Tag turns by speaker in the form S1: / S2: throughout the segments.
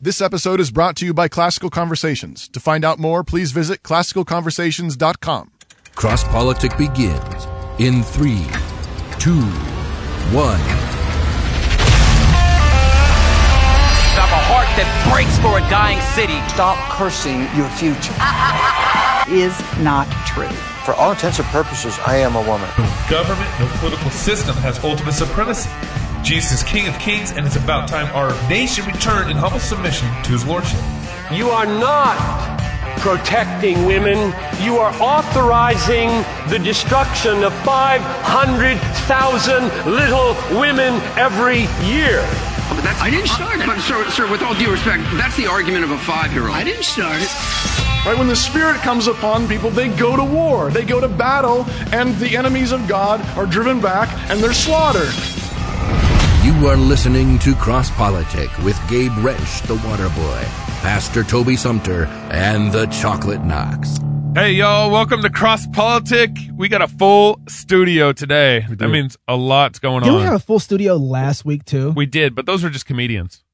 S1: This episode is brought to you by Classical Conversations. To find out more, please visit classicalconversations.com.
S2: Cross Politic begins in three, two, one.
S3: I'm a heart that breaks for a dying city.
S4: Stop cursing your future.
S5: is not true.
S6: For all intents and purposes, I am a woman.
S7: government, no political system has ultimate supremacy. Jesus is King of Kings, and it's about time our nation returned in humble submission to his lordship.
S8: You are not protecting women. You are authorizing the destruction of 500,000 little women every year.
S9: But that's, I didn't start it. But sir, sir, with all due respect, that's the argument of a five-year-old. I didn't start it.
S10: Right when the spirit comes upon people, they go to war, they go to battle, and the enemies of God are driven back and they're slaughtered.
S2: You are listening to Cross Politic with Gabe Wrench, the water boy, Pastor Toby Sumter, and the Chocolate Knox.
S7: Hey, y'all, welcome to Cross Politic. We got a full studio today. That means a lot's going
S11: Didn't
S7: on.
S11: we have a full studio last week too?
S7: we did, but those were just comedians.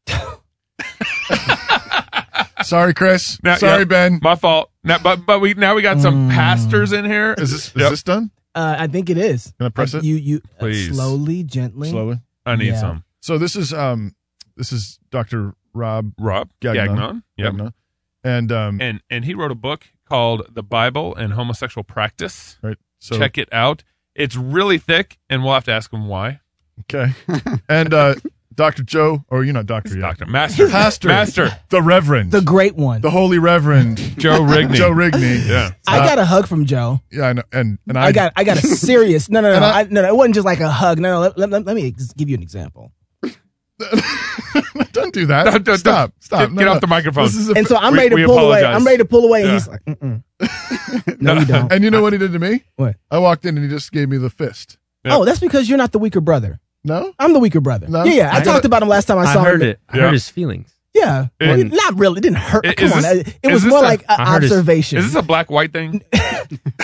S1: Sorry, Chris.
S7: Now-
S1: Sorry,
S7: yeah,
S1: Ben.
S7: My fault. Now, but but we now we got
S11: Mm.
S7: some pastors in here.
S1: Is this is
S7: Yep,
S1: this done?
S11: Uh, I think it is.
S1: Can I press
S11: Uh,
S1: it?
S11: You you uh,
S7: Please.
S11: slowly, gently.
S1: Slowly.
S7: I need
S11: Yeah.
S7: some.
S1: So this is um this is Dr. Rob
S7: Rob
S1: Gagnon.
S7: Gagnon. Yep.
S1: Gagnon. And um
S7: And and he wrote a book called The Bible and Homosexual Practice.
S1: right. So
S7: Check it out. It's really thick, and we'll have to ask him why.
S1: okay. and uh Dr. Joe or you're not doctor yet.
S7: Doctor Master
S1: Pastor.
S7: Master
S1: The Reverend.
S11: The great one.
S1: the Holy Reverend
S7: Joe Rigney.
S1: Joe Rigney.
S7: Yeah.
S11: I got a hug from Joe.
S1: Yeah, I know. And and I,
S11: I, got I got a serious no no no
S1: And
S11: no,
S1: I-
S11: I, no no it wasn't just like a hug no no let, let, let- let me ex- give you an example
S1: don't do that.
S7: Don't- don't- don't.
S1: stop. Stop.
S7: Get- get off the microphone.
S1: This is a
S11: and so I'm
S7: We-
S11: ready to
S7: we
S11: pull away
S7: apologize.
S11: I'm ready to pull away
S7: Yeah.
S11: and he's like Mm-mm. no you don't
S1: And you know what he did to me?
S11: What?
S1: I walked in and he just gave me the fist.
S7: Yeah.
S11: oh that's because you're not the weaker brother
S1: No?
S11: I'm the weaker brother
S1: No.
S11: yeah yeah I,
S1: I-
S11: talked about him last time I saw him
S7: I Yeah. hurt his
S8: feelings.
S11: yeah
S7: It-
S11: Well, not really it didn't hurt
S7: Is
S11: come on
S7: this-
S11: it, it
S7: is
S11: was
S7: this
S11: more
S7: a-
S11: like an
S8: I heard his-
S11: observation
S7: Is this a black white thing?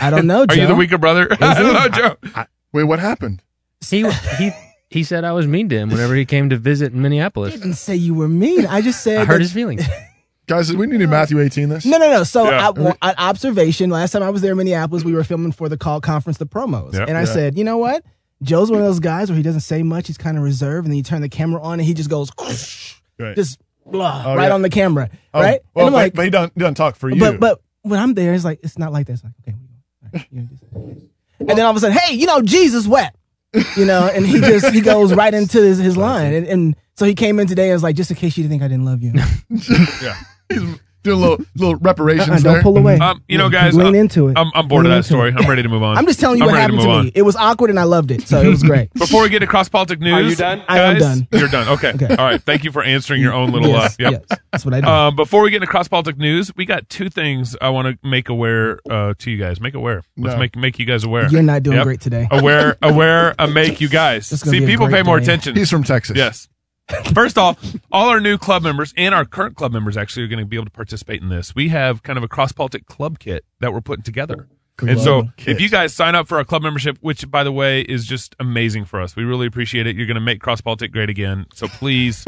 S11: I don't know
S7: Are
S11: Joe
S7: you the weaker brother? I don't know, Joe.
S1: Wait, what happened?
S8: He, he, he said I was mean to him whenever he came to visit in
S11: I
S8: Minneapolis.
S11: didn't say you were mean I just said
S8: I
S11: that-
S8: hurt his feelings.
S1: Guys, we need to Matthew 18 this.
S11: No, no, no. So
S7: Yeah.
S11: I, well, an observation. Last time I was there in Minneapolis, we were filming for the call conference, the promos,
S7: Yeah.
S11: and I said, you know what? Joe's one of those guys where he doesn't say much. He's kind of reserved, and then you turn the camera on, and he just goes,
S1: Right.
S11: just blah,
S1: Oh,
S11: right
S1: yeah.
S11: on the camera,
S1: Oh,
S11: right?
S1: Well,
S11: and
S1: but,
S11: I'm like,
S1: but he don't, he don't talk for you.
S11: but but when I'm there, it's like it's not like that. It's like okay, all right, you know, just- and then all of a sudden, hey, you know, Jesus wet, you know, and he just he goes right into his, his line, and, and so he came in today and was like, just in case you think I didn't love you,
S1: he's doing a little, little reparations
S11: Uh-uh,
S1: there.
S11: don't pull away.
S7: Um, you know, guys,
S11: lean
S7: I'm-
S11: into it.
S7: I'm, I'm bored of
S11: Lean
S7: that
S11: into
S7: story.
S11: it.
S7: I'm ready to move on.
S11: I'm just telling you
S7: I'm
S11: what
S7: ready
S11: happened to,
S7: move
S11: me. It was awkward and I loved it, so it was great.
S7: on. Before we get to cross politic news,
S8: Are you done?
S11: I am done.
S7: You're done. Okay.
S11: Okay.
S7: All right. Thank you for answering your own little.
S11: yes,
S7: uh, yep.
S11: yes, that's what I do.
S7: Um, before we get into cross politic news, we got two things I want to make aware uh, to you guys. Make aware. Let's
S1: No.
S7: make make you guys aware.
S11: You're not doing great today.
S7: Aware, aware, uh, make you guys.
S11: It's gonna
S7: See,
S11: be a
S7: people pay
S11: great
S7: more
S11: day.
S7: attention.
S1: He's from Texas.
S7: Yes. First off, all our new club members and our current club members actually are going to be able to participate in this. We have kind of a cross politic club kit that we're putting together. and so,
S1: kit.
S7: if you guys sign up for our club membership, which by the way is just amazing for us, we really appreciate it. You're going to make cross politic great again. So please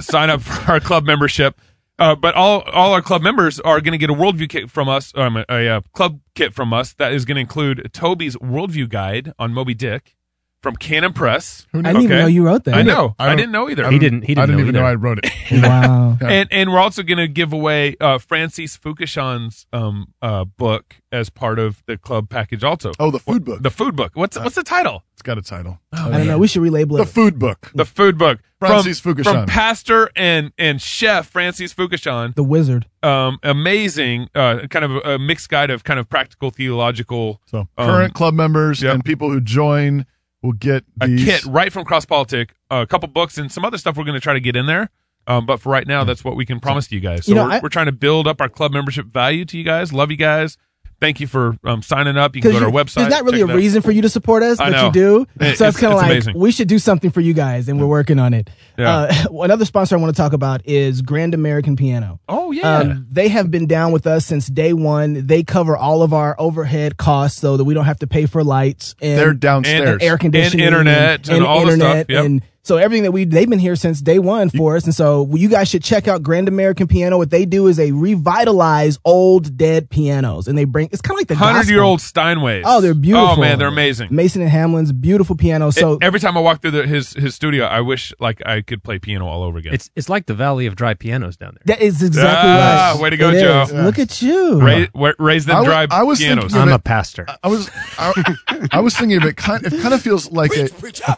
S7: sign up for our club membership. Uh, but all all our club members are going to get a worldview kit from us, um, a, a, uh, club kit from us that is going to include Toby's worldview guide on Moby Dick from Cannon Press.
S11: I didn't even know you wrote that.
S7: I know. I,
S1: I don't-
S7: didn't know either.
S1: I
S8: He
S1: don't-
S8: didn't- he didn't
S1: I didn't
S8: know
S1: even
S8: either.
S1: know I wrote it.
S11: Wow.
S7: And and we're also going to give away uh, Francis Fukushans um, uh, book as part of the club package. Also,
S1: Oh, Uh. the food book.
S7: the food book. What's what's the title?
S1: it's got a title.
S11: I don't know. We should relabel
S1: The
S11: it.
S1: food book.
S7: Oh, The food book.
S1: Francis
S7: from,
S1: Fukushan.
S7: from pastor and and chef Francis Fukushan.
S11: The wizard.
S7: Um, amazing, uh, kind of a mixed guide of kind of practical theological.
S1: So
S7: um,
S1: current club members
S7: yep.
S1: and people who join will get
S7: a
S1: these.
S7: kit right from Cross Politic, a couple books and some other stuff we're going to try to get in there. Um, but for right now, that's what we can promise to you guys. So
S11: You know,
S7: we're,
S11: I-
S7: we're trying to build up our club membership value to you guys. Love you guys. Thank you for um, signing up. You can go to our
S11: you-
S7: website.
S11: there's not really
S7: check
S11: a
S7: it out.
S11: reason for you to support us,
S7: I
S11: but
S7: know.
S11: you do.
S7: It-
S11: so
S7: it's-
S11: it's, kind of
S7: it's
S11: like
S7: amazing.
S11: we should do something for you guys, and we're working on it.
S7: Yeah.
S11: Uh, another sponsor I want to talk about is Grand American Piano.
S7: Oh yeah,
S11: Um, they have been down with us since day one. They cover all of our overhead costs so that we don't have to pay for lights and
S1: They're downstairs.
S11: and air conditioning
S7: And internet and all the stuff, yep.
S11: and
S3: So everything that we they've been here since day one for us, and so you guys should check out Grand American Piano. What they do is they revitalize old dead pianos, and they bring it's kind of like the
S7: hundred
S3: gospel.
S7: year old Steinways.
S3: Oh, they're beautiful.
S7: Oh man, they're amazing. E
S3: Mason and Hamlin's beautiful piano. So
S7: Every time I walk through the, his his studio, I wish like I could play piano all over again.
S8: It's it's like the Valley of Dry Pianos down there.
S3: that is exactly
S7: Ah,
S3: right.
S7: way to go,
S3: It is.
S7: Joe. Yeah.
S3: Look at you.
S7: raise, wa- raise them
S1: I wa-
S7: dry
S1: I was thinking
S7: pianos.
S1: of
S8: I'm
S1: it-
S8: a pastor.
S1: I was I, I was thinking of it kind it kind of feels like a,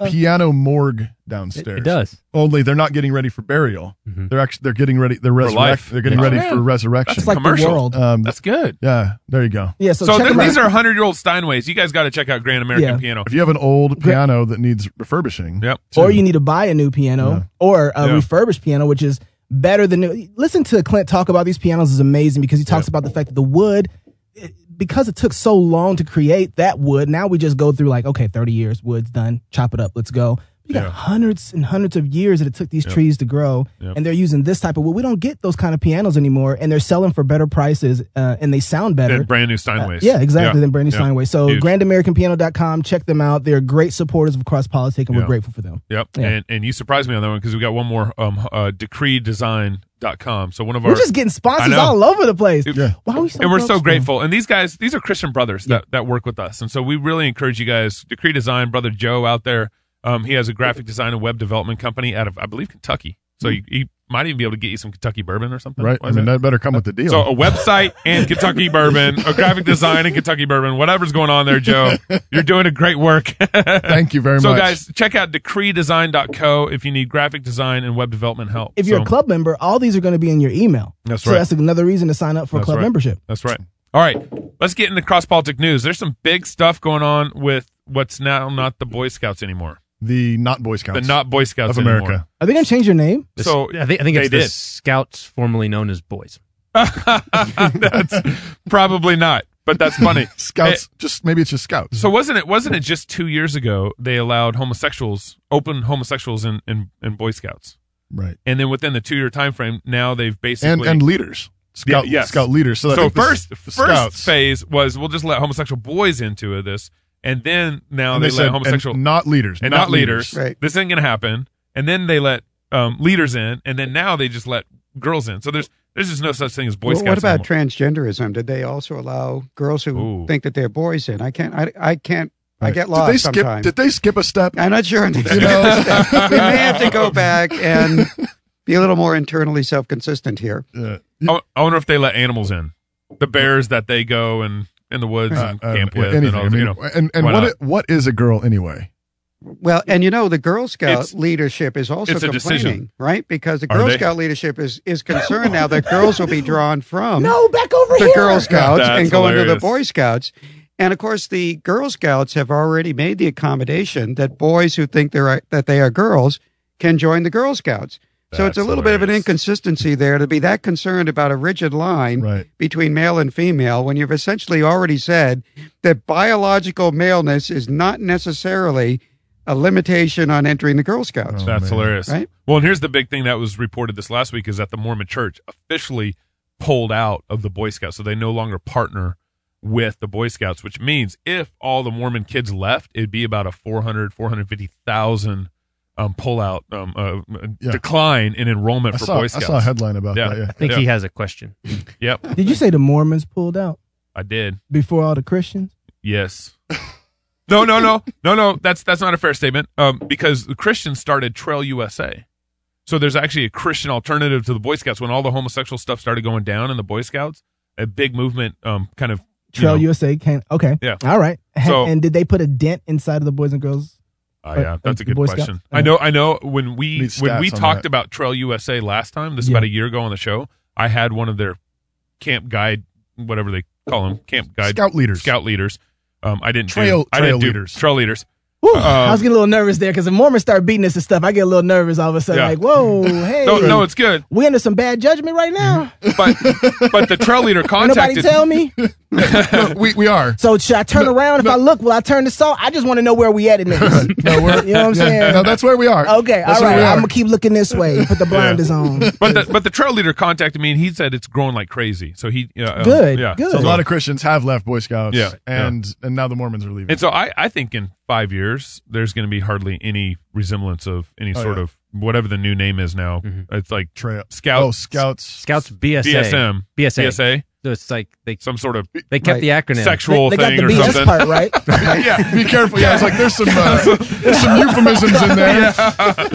S1: a piano morgue
S8: It,
S1: downstairs.
S8: it does. Mm-hmm.
S1: Only they're not getting ready for burial. They're actually they're getting ready they're
S7: life.
S1: resurrect, they're getting
S7: Yeah.
S1: ready
S7: Yeah.
S1: for resurrection.
S3: It's like
S7: Commercial.
S3: the world.
S1: um
S7: That's good.
S1: yeah, there you go.
S3: yeah. So,
S7: So,
S3: check
S7: th-
S3: them out.
S7: these are hundred year old Steinways. You guys got to check out Grand American
S3: Yeah.
S7: Piano.
S1: If you have an old piano that needs refurbishing,
S7: Yep.
S3: or you need to buy a new piano or a
S7: Yeah.
S3: refurbished piano, which is better than new. Listen to Clint talk about these pianos is amazing because he talks about the fact that the wood, it- because it took so long to create that wood, now we just go through like, okay, 30 years, wood's done, chop it up, let's go. You got
S7: Yeah.
S3: hundreds and hundreds of years that it took these trees to grow, and they're using this type of wood. We don't get those kind of pianos anymore, and they're selling for better prices, uh, and they sound better. Uh,
S7: They're brand new Steinways.
S3: Yeah, exactly. Then Brandy
S7: Yeah.
S3: Steinway. So
S7: Huge.
S3: grandamericanpiano.com. Check them out. They're great supporters of Cross Politic, and
S7: Yeah.
S3: we're grateful for them.
S7: Yep.
S3: Yeah.
S7: And and you surprised me on that one because we got one more um uh decreedesign.com. So one of our
S3: We're just getting
S7: I
S3: sponsors
S7: know.
S3: all over the place. Why are we so
S7: and we're so
S3: broke still?
S7: grateful. And these guys, these are Christian brothers that, that work with us. And so we really encourage you guys, Decree Design, Brother Joe out there. Um, he has a graphic design and web development company out of, I believe, Kentucky. So
S3: Hmm.
S7: you, he might even be able to get you some Kentucky bourbon or something.
S1: Right.
S7: Why
S1: I
S7: is
S1: mean
S7: that?
S1: that better come with the deal.
S7: So a website and Kentucky bourbon, a graphic design and Kentucky bourbon, whatever's going on there, Joe, you're doing a great work.
S1: Thank you very
S7: so
S1: much.
S7: guys, check out decreedesign.co if you need graphic design and web development help.
S3: If you're
S7: So-
S3: a club member, all these are going to be in your email.
S7: That's
S3: so
S7: right.
S3: that's another reason to sign up for
S7: That's
S3: club
S7: right.
S3: membership.
S7: That's right. All right, let's get into cross politic news. There's some big stuff going on with what's now not the Boy Scouts anymore,
S1: the not Boy
S7: the
S1: Scouts
S7: not Boy Scouts
S1: of America.
S7: anymore.
S3: Are they going to change your name?
S8: This-
S7: So
S8: I think I think
S7: they
S8: it's the
S7: did.
S8: Scouts, formerly known as Boys.
S7: that's probably not, but that's funny.
S1: Scouts just maybe it's just Scouts.
S7: So wasn't it wasn't it just two years ago they allowed homosexuals, open homosexuals in in, in Boy Scouts,
S1: right.
S7: and then within the two year time frame, now they've
S1: And
S7: basically
S1: and leaders. Scout
S7: yes.
S1: Scout leaders. So, I
S7: so
S1: think this-
S7: first
S1: the
S7: first
S1: Scouts.
S7: phase was we'll just let homosexual boys into this, and then now
S1: and
S7: they,
S1: they
S7: let
S1: said
S7: homosexual
S1: and not leaders
S7: and not, leaders.
S1: Right.
S7: This ain't gonna happen. And then they let um, leaders in, and then now they just let girls in. So there's there's just no such thing as Boy
S11: Well,
S7: Scouts.
S11: what about
S7: anymore.
S11: transgenderism? Did they also allow girls who
S7: Ooh.
S11: think that they're boys in? I can't. I, I can't. I
S1: Right.
S11: get lost
S1: Did they skip?
S11: sometimes.
S1: Did they skip a step?
S11: I'm not sure. on these
S1: You know?
S11: things. we may have to go back and be a little more internally self-consistent here.
S1: Yeah.
S7: I, I wonder if they let animals in, the bears that they go and in the woods and
S1: Uh,
S7: camp
S1: uh,
S7: with,
S1: anything.
S7: and all
S1: I
S7: that,
S1: mean,
S7: you know.
S1: and and
S7: Why
S1: what
S7: not?
S1: i- what is a girl anyway?
S11: Well, and you know the Girl Scout
S7: It's-
S11: leadership is also
S7: it's a
S11: complaining,
S7: decision.
S11: right? Because the
S7: Are
S11: Girl
S7: they?
S11: Scout leadership is is concerned now that girls will be drawn from
S3: No, back over
S11: the
S3: here.
S11: Girl Scouts
S7: That's
S11: and go into
S7: hilarious.
S11: the Boy Scouts. And of course, the Girl Scouts have already made the accommodation that boys who think they're that they are girls can join the Girl Scouts. so it's a
S7: That's
S11: little bit of an
S7: hilarious.
S11: inconsistency there to be that concerned about a rigid line
S1: Right.
S11: between male and female when you've essentially already said that biological maleness is not necessarily a limitation on entering the Girl Scouts.
S1: Oh,
S7: That's
S1: man.
S7: hilarious.
S11: Right?
S7: Well, and here's the big thing that was reported this last week is that the Mormon Church officially pulled out of the Boy Scouts, so they no longer partner with the Boy Scouts, which means if all the Mormon kids left, it'd be about a 400, 450,000 um, pullout, um, uh, uh,
S1: Yeah.
S7: decline in enrollment
S1: I
S7: for
S1: saw,
S7: Boy
S1: I
S7: Scouts.
S1: saw a headline about
S7: Yeah.
S1: that. Yeah.
S8: I think
S7: Yeah.
S8: he has a question.
S7: Yep,
S3: Did you say the Mormons pulled out
S7: I did.
S3: before all the Christians?
S7: Yes. No, no, no, no, no. That's that's not a fair statement. Um, because the Christians started Trail USA, so there's actually a Christian alternative to the Boy Scouts. When all the homosexual stuff started going down in the Boy Scouts, a big movement, um, kind of you
S3: Trail
S7: know-
S3: USA can Okay.
S7: Yeah.
S3: All right. Ha-
S7: So-
S3: and did they put a dent inside of the boys and girls?
S7: Ah, yeah, that's a
S3: the
S7: good
S3: Boy
S7: question.
S3: Scouts?
S7: I know, I know. When we
S1: Need
S7: when we
S1: stats on
S7: talked
S1: that.
S7: about Trail USA last time, this is
S3: Yeah.
S7: about a year ago on the show, I had one of their camp guide, whatever they call them, camp guide
S1: Scout leaders.
S7: scout leaders. Um, I didn't do-
S1: Trail-
S7: I didn't
S1: trail
S7: do
S1: leaders.
S7: trail leaders.
S3: Whew,
S7: Um,
S3: I was getting a little nervous there because the Mormons start beating us and stuff. I get a little nervous all of a sudden.
S7: Yeah.
S3: Like, whoa, hey.
S7: No, no, it's Mm-hmm. good.
S3: we under some bad judgment right now.
S7: but but the trail leader
S3: Ain't Nobody
S7: contacted
S3: tell me.
S1: No, we we are.
S3: So should I turn around? If I look, will I turn this off? I just want to know where we at in this.
S1: No, we're,
S3: You know what I'm
S1: yeah.
S3: saying?
S1: No, that's where we are.
S3: Okay,
S1: That's
S3: all
S1: where
S3: right.
S1: we are.
S3: I'm gonna keep looking this way. Put the blinders on.
S7: but the, but the trail leader contacted me and he said it's growing like crazy. So he uh, um,
S3: Good,
S7: yeah.
S3: good.
S1: So a lot of Christians have left Boy Scouts.
S7: Yeah,
S1: And and now the Mormons are leaving.
S7: And so I I think in five years, there's going to be hardly any resemblance of any
S1: Oh,
S7: sort
S1: yeah.
S7: of whatever the new name is now.
S3: Mm-hmm.
S7: It's like
S1: Trail.
S7: Scout.
S1: Oh, Scouts.
S8: Scouts BSA.
S7: BSM.
S8: BSA.
S7: BSA.
S8: So it's like they
S7: Some sort of
S8: they kept the acronym.
S7: sexual
S3: They- they got
S7: thing
S3: the
S7: or
S3: BS
S7: something.
S3: part right.
S1: yeah, be careful. Yeah, it's like there's some uh, there's some euphemisms in there.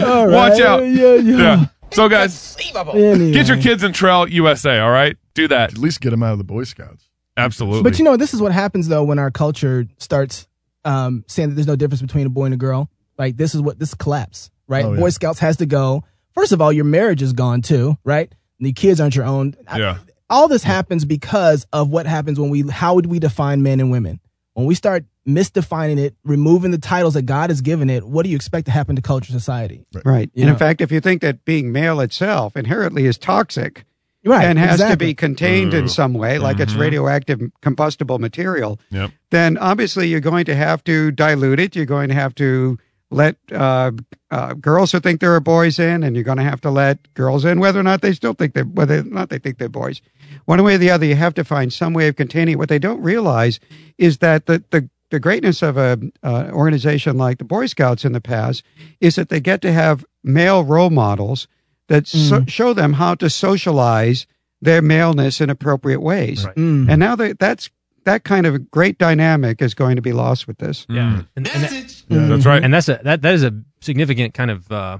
S3: All
S7: Watch
S3: right.
S7: out.
S3: Yeah, yeah.
S7: Yeah. So guys,
S3: Anyway.
S7: get your kids in Trail USA. All right, do that.
S1: At least get them out of the Boy Scouts.
S7: Absolutely.
S3: But you know, this is what happens though when our culture starts um, saying that there's no difference between a boy and a girl. Like this is what this collapse, right?
S1: Oh, yeah.
S3: Boy Scouts has to go. First of all, your marriage is gone too, right? The kids aren't your own. I-
S7: yeah.
S3: all this happens because of what happens when we how would we define men and women when we start misdefining it removing the titles that god has given it what do you expect to happen to culture society
S11: Right.
S3: You
S11: And
S3: know.
S11: in fact, if you think that being male itself inherently is toxic
S3: right
S11: and has
S3: exactly.
S11: to be contained in some way, like it's radioactive combustible material,
S7: Yep.
S11: then obviously you're going to have to dilute it. You're going to have to let uh, uh, girls who think there are boys in, and you're going to have to let girls in, whether or not they still think they're whether or not they think they're boys. One way or the other, you have to find some way of containing it. What they don't realize is that the the the greatness of a uh, organization like the Boy Scouts in the past is that they get to have male role models that
S7: Mm.
S11: so- show them how to socialize their maleness in appropriate ways.
S8: Right.
S3: Mm.
S11: And now that that's that kind of great dynamic is going to be lost with this.
S7: Mm.
S8: And, and,
S7: Yeah, That's right.
S8: and that's a that that is a significant kind of uh,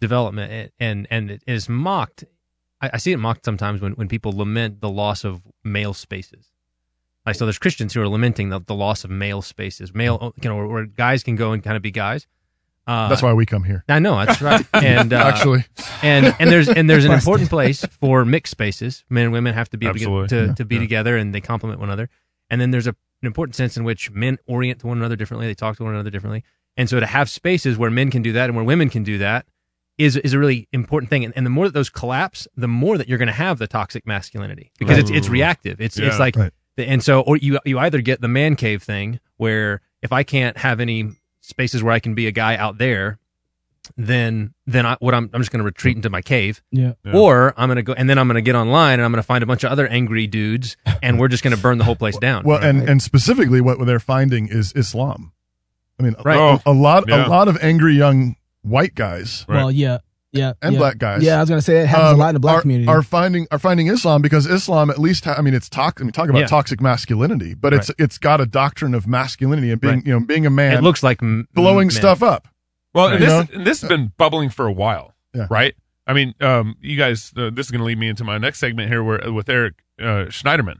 S8: development, and and it is mocked. I, I see it mocked sometimes when when people lament the loss of male spaces. Like so, there's Christians who are lamenting the, the loss of male spaces, male oh, you know where, where guys can go and kind of be guys. Uh,
S1: That's why we come here.
S8: I know that's right. And uh,
S1: Actually,
S8: and and there's and there's an
S3: Busted.
S8: important place for mixed spaces. Men and women have to be able to,
S7: Absolutely.
S8: get- to,
S7: Yeah,
S8: to be
S7: yeah.
S8: together, and they complement one another. And then there's a, an important sense in which men orient to one another differently. They talk to one another differently. And so to have spaces where men can do that and where women can do that is is a really important thing. And, and the more that those collapse, the more that you're going to have the toxic masculinity because it's it's
S7: Ooh.
S8: reactive. It's
S7: Yeah.
S8: it's like
S1: Right.
S8: and so or you you either get the man cave thing where if I can't have any spaces where I can be a guy out there, then then I, what I'm I'm just going to retreat into my cave,
S3: yeah
S7: Yeah.
S8: or I'm going to go and then I'm going to get online and I'm going to find a bunch of other angry dudes, and we're just going to burn the whole place down.
S1: well, and and specifically, what they're finding is Islam. I mean, a-
S8: Right.
S1: a, a lot
S7: Yeah.
S1: a lot of angry young white guys
S7: Right.
S3: well yeah yeah
S1: and
S3: yeah.
S1: black guys.
S3: yeah i was gonna say that happens
S1: um,
S3: a lot in the black
S1: are,
S3: community
S1: are finding are finding Islam because Islam at least ha- I mean it's talk I mean talk about
S8: Yeah.
S1: toxic masculinity, but it's it's got a doctrine of masculinity and being
S8: Right.
S1: you know being a man,
S8: it looks like m-
S1: blowing
S8: men.
S1: stuff up.
S7: Well,
S1: Right.
S7: this
S1: You
S7: this has been bubbling for a while,
S1: Yeah.
S7: right? I mean, um, you guys, uh, this is going to lead me into my next segment here, where with Eric uh, Schneiderman,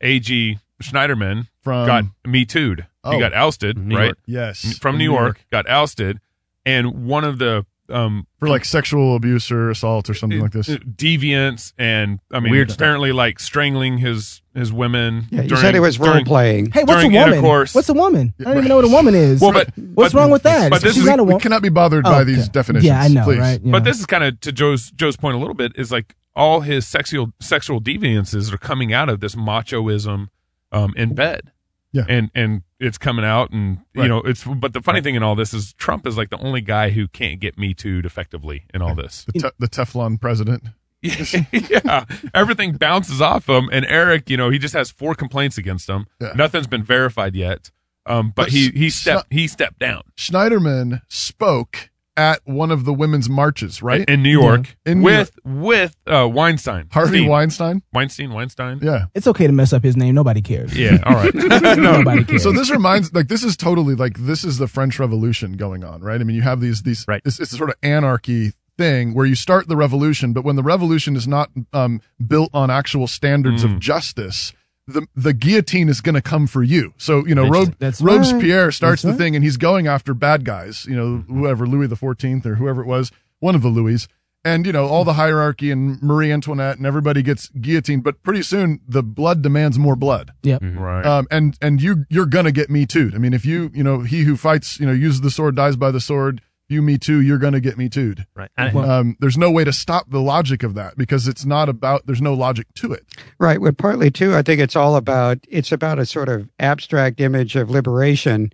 S7: A.G. Schneiderman
S1: From-
S7: got me too'd.
S1: Um, Oh.
S7: He got ousted,
S8: New
S7: right?
S8: York.
S1: Yes,
S7: From New York, got ousted, and one of the um, uh,
S1: for like sexual abuse or assault or something like this.
S7: deviants and I mean,
S8: Weird stuff.
S7: apparently like strangling his his women.
S11: Yeah, you
S7: during-
S11: said it was role
S7: during-
S11: playing.
S3: hey what's a
S7: during
S3: woman
S7: intercourse-
S3: what's a woman i don't even know what a woman is
S7: Well, but-
S3: what's
S7: but-
S3: wrong with that
S7: but this
S3: She's
S7: is-
S3: not a
S1: we
S3: woman
S1: cannot be bothered by
S3: Oh,
S1: these
S3: okay.
S1: definitions.
S3: yeah i know
S1: please.
S3: right
S7: But
S3: Yeah.
S7: this is kind of to Joe's Joe's point a little bit is like all his sexual sexual deviances are coming out of this machoism um, in bed.
S1: Yeah.
S7: And and it's coming out and you
S1: Right.
S7: know it's but the funny thing in all this is Trump is like the only guy who can't get me too effectively in all this.
S1: The, te- the Teflon president.
S7: yeah. Everything bounces off him and Eric, you know, he just has four complaints against him.
S1: Yeah.
S7: Nothing's been verified yet. Um but
S1: But
S7: he
S1: s-
S7: he
S1: s-
S7: stepped he stepped down
S1: Schneiderman spoke at one of the women's marches, right?
S7: in New York
S1: In New
S7: with with uh Weinstein.
S1: Harvey
S7: Steen.
S1: Weinstein.
S7: Weinstein, Weinstein.
S1: Yeah.
S3: it's okay to mess up his name nobody cares
S7: Yeah, all right.
S3: nobody cares
S1: So this reminds like this is totally like this is the French Revolution going on, right? I mean, you have these these
S8: Right.
S1: it's, it's a sort of anarchy thing where you start the revolution, but when the revolution is not um, built on actual standards
S3: Mm.
S1: of justice, the the guillotine is going to come for you. So you know, Rob,
S3: That's right.
S1: Robespierre starts
S3: That's Mm-hmm.
S1: the thing, and he's going after bad guys. You know, whoever Louis the Fourteenth or whoever it was, one of the Louis. And you know all the hierarchy and Marie Antoinette and everybody gets guillotined, but pretty soon the blood demands more blood.
S3: yep
S7: Mm-hmm. Right.
S1: Um, and and you you're gonna get me too. I mean, if you you know he who fights you know uses the sword dies by the sword. You me too. You're gonna get me too.
S8: Right. And-
S1: Um, there's no way to stop the logic of that because it's not about. There's no logic to it.
S11: Right. Well, partly too, I think it's all about it's about a sort of abstract image of liberation,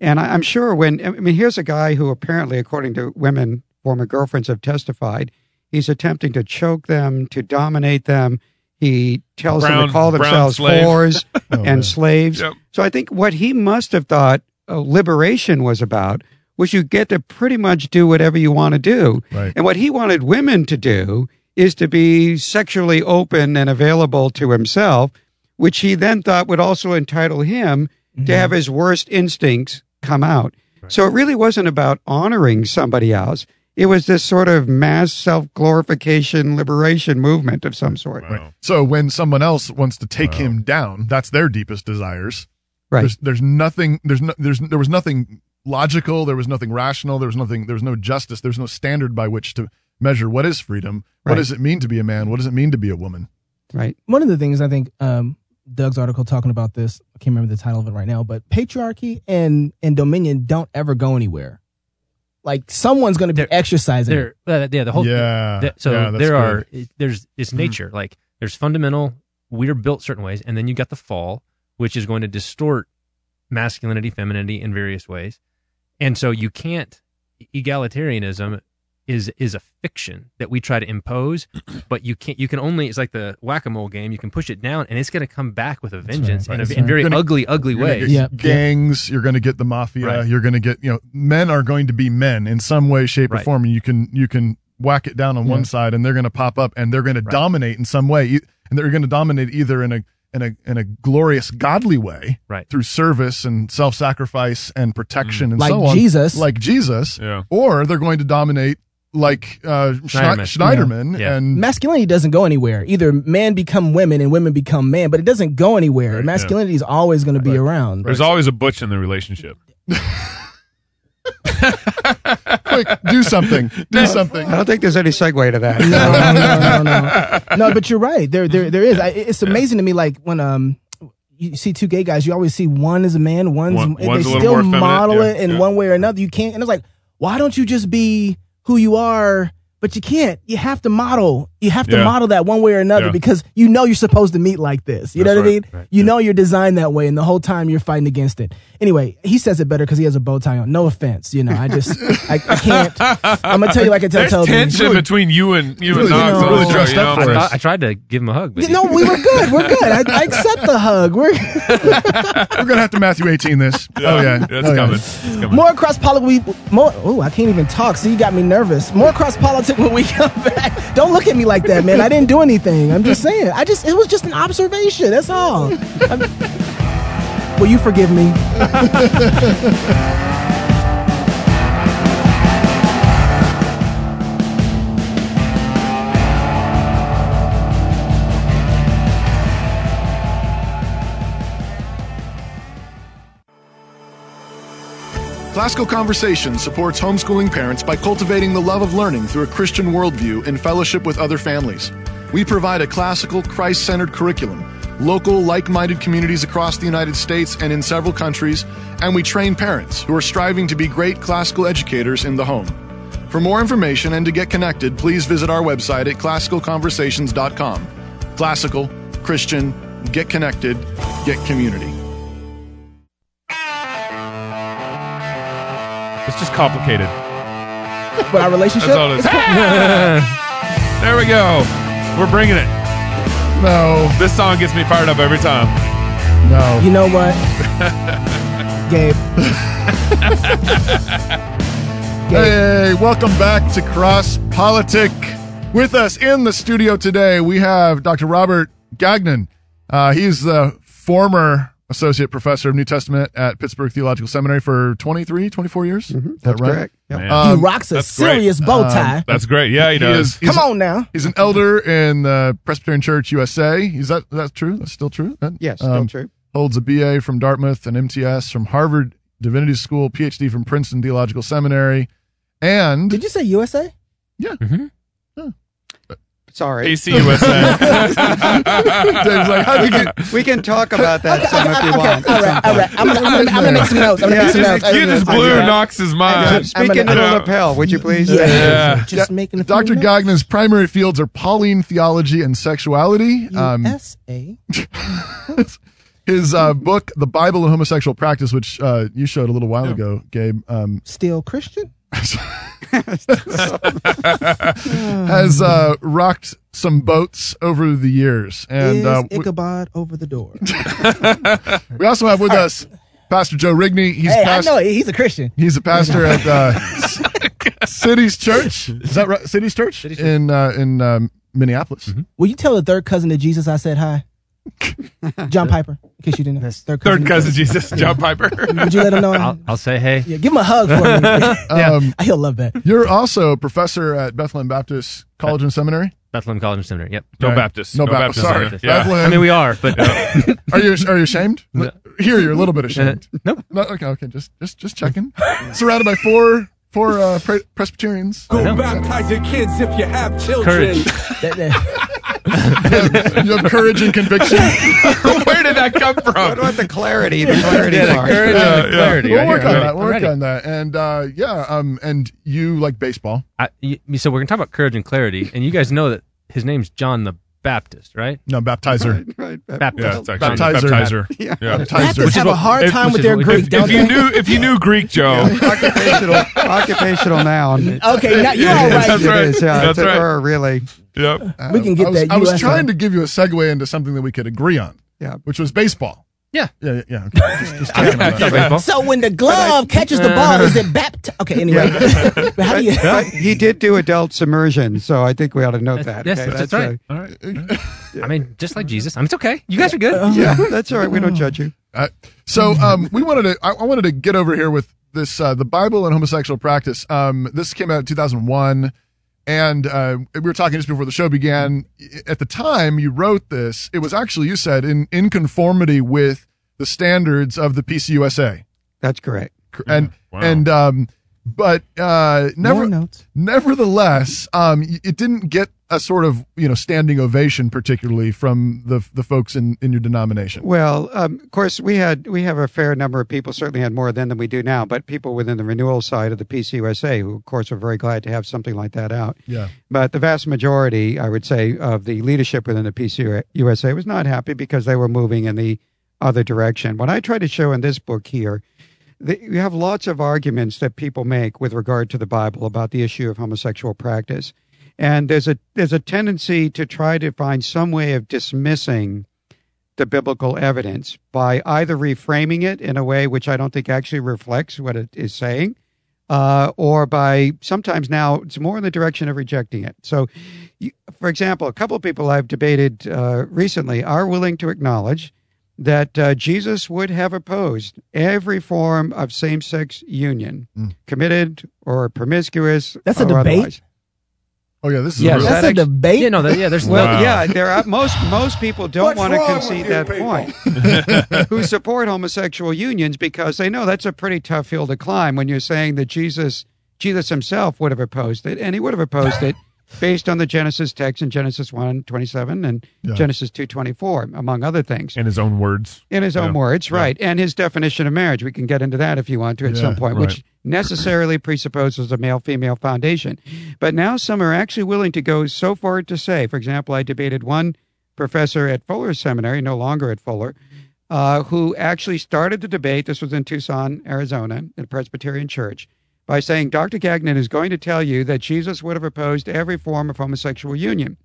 S11: and I, I'm sure when I mean, here's a guy who apparently, according to women, former girlfriends have testified, he's attempting to choke them, to dominate them. He tells them
S7: Brown-
S11: to call
S7: brown
S11: themselves
S7: slave.
S11: whores and
S1: man.
S11: slaves.
S7: Yep.
S11: So I think what he must have thought uh, liberation was about was you get to pretty much do whatever you want to do.
S1: Right.
S11: And what he wanted women to do is to be sexually open and available to himself, which he then thought would also entitle him
S1: Mm-hmm.
S11: to have his worst instincts come out. So it really wasn't about honoring somebody else. It was this sort of mass self glorification liberation movement of some sort.
S1: So when someone else wants to take him down, that's their deepest desires.
S11: Right.
S1: There's, there's nothing. There's no. There's there was nothing logical. There was nothing rational. There was nothing. There was no justice. There's no standard by which to measure what is freedom. What
S3: Right.
S1: does it mean to be a man? What does it mean to be a woman?
S11: Right.
S3: One of the things I think um, Doug's article talking about this, I can't remember the title of it right now, but patriarchy and, and dominion don't ever go anywhere. Like someone's going to be exercising.
S8: there,
S3: it.
S8: uh, yeah, the whole
S3: Yeah.
S8: that- so
S3: Yeah, that's
S8: there are
S3: good.
S8: it- there's it's
S3: Mhm.
S8: nature like there's fundamental we're built certain ways, and then you got the fall, which is going to distort masculinity, femininity in various ways, and so you can't e-, egalitarianism is is a fiction that we try to impose, but you can't you can only it's like the whack a mole game you can push it down and it's going to come back with a vengeance
S1: Right.
S8: in, a,
S1: That's
S8: in
S1: right.
S8: very
S1: You're gonna-
S8: ugly ugly
S1: you're gonna
S8: ways.
S1: get gangs. You're going to get the mafia.
S8: Right.
S1: You're going to get you know men are going to be men in some way, shape, or
S8: Right.
S1: form, and you can you can whack it down on one
S8: Yeah.
S1: side, and they're going to pop up, and they're going to dominate in some way, E- and they're going to dominate either in a in a in a glorious godly way,
S8: right, Mm.
S1: through service and self sacrifice and protection and
S3: Like
S1: so on,
S3: Jesus.
S1: like Jesus,
S7: yeah.
S1: or they're going to dominate like uh, Schneiderman, Schneiderman and
S3: masculinity doesn't go anywhere. Either men become women and women become men, but it doesn't go anywhere. masculinity is always going to be around.
S7: There's always a butch in the relationship.
S1: quick, do something, do something.
S11: I don't think there's any segue to that.
S3: no, but you're right. There, there, there is. I, it's amazing to me. Like when um, you see two gay guys, you always see one is a man, one's
S7: One-
S3: they
S7: one's a little
S3: still
S7: more feminine,
S3: model
S7: yeah,
S3: it in
S7: yeah.
S3: one way or another. You can't, and it's like, why don't you just be who you are? But you can't. You have to model. You have to
S12: Yeah.
S3: model that one way or another
S12: Yeah.
S3: because you know you're supposed to meet like this. You
S12: That's
S3: know what I mean?
S12: right, right,
S3: you know you're designed that way, and the whole time you're fighting against it. Anyway, he says it better because he has a bow tie on. No offense, you know. I just I, I can't. I'm gonna tell you, I can tell.
S7: There's
S3: tell them.
S7: tension between you and you and
S3: Really,
S7: Knox.
S3: you know,
S7: also,
S8: dressed
S7: you
S8: up
S7: know?
S8: for I us. thought- I tried to give him a hug,
S3: No, we were good. We're good. I, I accept the hug. We're
S1: We're gonna have to Matthew 18 this. oh yeah,
S7: that's
S1: Oh, yeah.
S7: coming. It's coming.
S3: more cross politic. We more. Oh, I can't even talk. See, you got me nervous. More cross politic when we come back. Don't look at me like that, man. I didn't do anything. I'm just saying. I just. It was just an observation. That's all. I'm- will you forgive me?
S10: Classical Conversation supports homeschooling parents by cultivating the love of learning through a Christian worldview in fellowship with other families. We provide a classical, Christ centered curriculum, local, like minded communities across the United States and in several countries, and we train parents who are striving to be great classical educators in the home. For more information and to get connected, please visit our website at classicalconversations.com. Classical, Christian, get connected, get community.
S7: It's just complicated.
S3: But our relationship.
S7: That's all it is. there we go. We're bringing it.
S1: No.
S7: This song gets me fired up every time.
S1: No.
S3: You know what, Gabe?
S1: Hey, welcome back to Cross Politic. With us in the studio today, we have Dr. Robert Gagnon. Uh, he's the former associate professor of New Testament at Pittsburgh Theological Seminary for 23, 24 years.
S3: Mm-hmm.
S1: Is that
S11: That's
S1: right?
S11: correct. Yep.
S7: Man.
S3: he rocks a
S7: that's great.
S3: serious bow
S8: Uh,
S3: tie.
S1: Um,
S7: That's great. Yeah, he, does.
S1: he's-
S3: Come on now.
S1: He's an elder in the Presbyterian Church USA. Is that that's true? That's still true. That-
S11: Yes,
S3: Um,
S11: still true.
S1: Holds a BA from Dartmouth, an MTS from Harvard Divinity School, PhD from Princeton Theological Seminary, and
S3: did you say USA?
S1: Yeah.
S11: Sorry.
S7: ACUSA.
S1: Dave's like, how do
S11: we,
S1: you
S11: can,
S1: get-
S11: we can talk about that some if you want.
S3: all right, all right. I'm gonna, I'm gonna, I'm gonna make some notes. I'm gonna
S11: Yeah,
S3: make some
S11: just-
S3: notes.
S11: you just
S3: I'm
S11: blew
S3: gonna-
S7: Knox's
S11: Yeah,
S7: mind.
S11: Uh, Speak into the lapel, would you please?
S3: Yeah.
S7: Yeah.
S3: Just making a
S1: Dr. Gagnon's primary fields are Pauline theology and sexuality. Um,
S3: USA.
S1: his uh, book, The Bible and Homosexual Practice, which uh, you showed a little while ago, Gabe, um,
S3: Still Christian? Uh-huh.
S1: has uh, rocked some boats over the years. And
S3: is
S1: uh, we-
S3: Ichabod over the door?
S1: we also have with us Pastor Joe Rigney. He's
S3: hey,
S1: past-
S3: I know it. he's a Christian.
S1: He's a pastor at uh, Cities Church. Is that right? Cities Church in uh, in um, Minneapolis.
S3: Will you tell the third cousin of Jesus I said hi? John Piper, in case you didn't know. Third
S7: Third cousin Jesus, John Piper.
S3: Would you let him know?
S8: I'll, I'll say hey.
S3: Yeah, give him a hug for me. yeah, he'll love that.
S1: You're also a professor at Bethlehem Baptist College and Seminary.
S8: Bethlehem College and Seminary. Yep.
S7: No
S1: Right.
S7: Baptist.
S1: No, Baptist. Sorry.
S7: Baptist. Yeah.
S1: Bethlehem.
S8: I mean, we are, but
S1: are you are you ashamed?
S8: No.
S1: Here, you're a little bit ashamed.
S8: nope.
S1: No, okay, okay, just just just checking. Surrounded by four four uh, pre- Presbyterians.
S8: know.
S12: Go baptize your kids if you have children.
S8: Courage.
S3: That- that-
S1: you have courage and conviction.
S7: Where did that come
S11: What
S7: from?
S11: about the clarity? The clarity
S8: Yeah, the
S11: part.
S8: courage and the
S7: Yeah, yeah.
S8: clarity
S1: We'll
S8: right
S1: work
S8: here.
S1: on
S8: I'm
S1: that. We'll work
S8: ready.
S1: on that. And uh, yeah, um, and you like baseball?
S8: I- y- so we're gonna talk about courage and clarity, and you guys know that his name's John the Baptist, right?
S1: No, baptizer.
S11: Right, right.
S8: Baptist.
S7: Yeah, it's actually
S1: Baptizer.
S7: baptizer.
S11: Yeah.
S1: Baptizer.
S3: Baptists have a hard
S7: if-
S3: time
S8: which
S3: with
S8: is
S3: their
S8: what-
S3: Greek,
S7: If
S3: don't
S7: you
S3: they?
S7: knew, if you knew Greek, Joe,
S11: occupational, occupational noun.
S3: okay, now you're all
S11: It
S3: right.
S7: That's
S11: is,
S8: Oh,
S7: right.
S11: It is, yeah.
S7: That's
S11: it's
S7: right.
S11: A, or really,
S7: yep.
S1: Uh,
S3: We can get
S1: I was,
S3: that
S1: I was
S3: US
S1: trying
S3: on.
S1: to give you a segue into something that we could agree on.
S11: Yeah.
S1: Which was baseball.
S8: Yeah.
S1: Yeah. Yeah. yeah. Okay. just, just checking on that.
S8: Baseball.
S3: So when the glove catches the ball, is it bapt? Okay, anyway. But how do you?
S11: but he did do adult submersion, so I think we ought to note that.
S8: Yes,
S11: okay?
S8: that's, right.
S11: uh,
S8: All right. I mean, just like Jesus. I mean, it's okay. You guys are good.
S11: yeah, Uh-huh. that's all right. We don't judge you.
S1: Uh, so um, we wanted to. I, I wanted to get over here with this, uh, the Bible and homosexual practice. Um, this came out in 2001, and uh, we were talking just before the show began. At the time you wrote this, it was actually you said in in conformity with the standards of the PCUSA,
S11: That's correct.
S1: and
S7: Wow.
S1: and um, but uh, never
S3: More notes.
S1: Nevertheless, um, y- it didn't get a sort of you know standing ovation, particularly from the the folks in, in your denomination.
S11: Well, um, of course, we had we have a fair number of people. Certainly, had more then than we do now. But people within the renewal side of the PCUSA, who of course are very glad to have something like that out.
S1: Yeah.
S11: But the vast majority, I would say, of the leadership within the PCUSA was not happy because they were moving in the other direction. What I try to show in this book here, that you have lots of arguments that people make with regard to the Bible about the issue of homosexual practice. And there's a there's a tendency to try to find some way of dismissing the biblical evidence by either reframing it in a way which I don't think actually reflects what it is saying, uh, or by sometimes now it's more in the direction of rejecting it. So, you, for example, a couple of people I've debated uh, recently are willing to acknowledge that uh, Jesus would have opposed every form of same sex union, committed or promiscuous.
S3: That's a
S11: or
S3: debate?
S11: otherwise.
S1: Oh yeah, this is
S11: Yes.
S1: real.
S3: That's a
S11: That ex-
S3: debate.
S8: Yeah, no, that, yeah. There's
S11: Well,
S7: Wow.
S11: yeah, there are most most people don't want to concede that point. who support homosexual unions because they know that's a pretty tough hill to climb when you're saying that Jesus Jesus himself would have opposed it, and he would have opposed it based on the Genesis text in Genesis 1 27 and
S1: Yeah.
S11: Genesis two twenty four, among other things.
S7: In his own words.
S11: In his own
S7: Yeah.
S11: words, right. And his definition of marriage. We can get into that if you want to at
S1: Yeah,
S11: some point,
S7: right.
S11: which necessarily presupposes a male female foundation. But now some are actually willing to go so far to say, for example, I debated one professor at Fuller Seminary, no longer at Fuller, uh, who actually started the debate. This was in Tucson, Arizona, at a Presbyterian church, by saying Dr. Gagnon is going to tell you that Jesus would have opposed every form of homosexual union.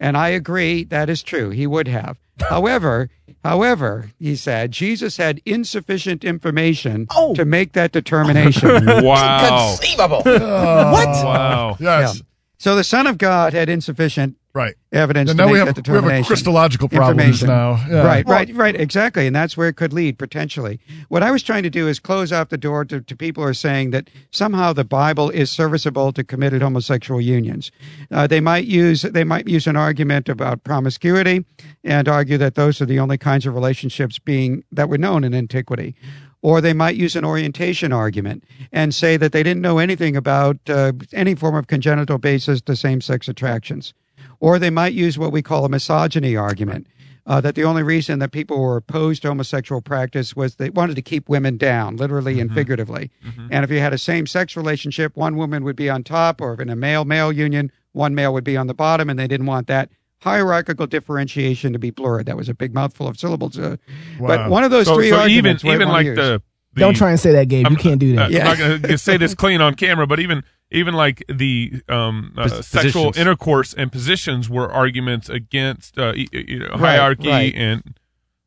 S11: And I agree, that is true. He would have. However, however, he said, Jesus had insufficient information
S3: Oh.
S11: to make that determination.
S7: Wow.
S13: Conceivable.
S3: What?
S7: Wow.
S1: yes,
S11: Yeah. So the Son of God had insufficient
S1: right.
S11: evidence
S1: And
S11: to
S1: now
S11: make
S1: we
S11: that
S1: have we
S11: determination.
S1: have a Christological problems
S11: Information.
S1: now. Yeah.
S11: Right, right, right, exactly. And that's where it could lead potentially. What I was trying to do is close off the door to, to people who are saying that somehow the Bible is serviceable to committed homosexual unions. Uh, they might use they might use an argument about promiscuity and argue that those are the only kinds of relationships being that were known in antiquity. Or they might use an orientation argument and say that they didn't know anything about uh, any form of congenital basis to same sex attractions. Or they might use what we call a misogyny argument uh, that the only reason that people were opposed to homosexual practice was they wanted to keep women down, literally
S7: Mm-hmm.
S11: and figuratively. And if you had a same sex relationship, one woman would be on top, or if in a male male union, one male would be on the bottom, and they didn't want that hierarchical differentiation to be blurred. That was a big mouthful of syllables. Uh,
S1: Wow.
S11: But one of those
S7: So,
S11: three
S7: so even
S11: arguments, we
S7: even
S11: wanna
S7: like
S11: use.
S7: the, the
S3: Don't try and say that, Gabe.
S7: I'm-
S3: you can't do
S7: uh,
S3: that.
S7: I'm not going to say this clean on camera, but even even like the um, uh,
S8: Pos-
S7: sexual
S8: positions.
S7: intercourse and positions were arguments against uh, e- e- you know, hierarchy
S11: right.
S7: and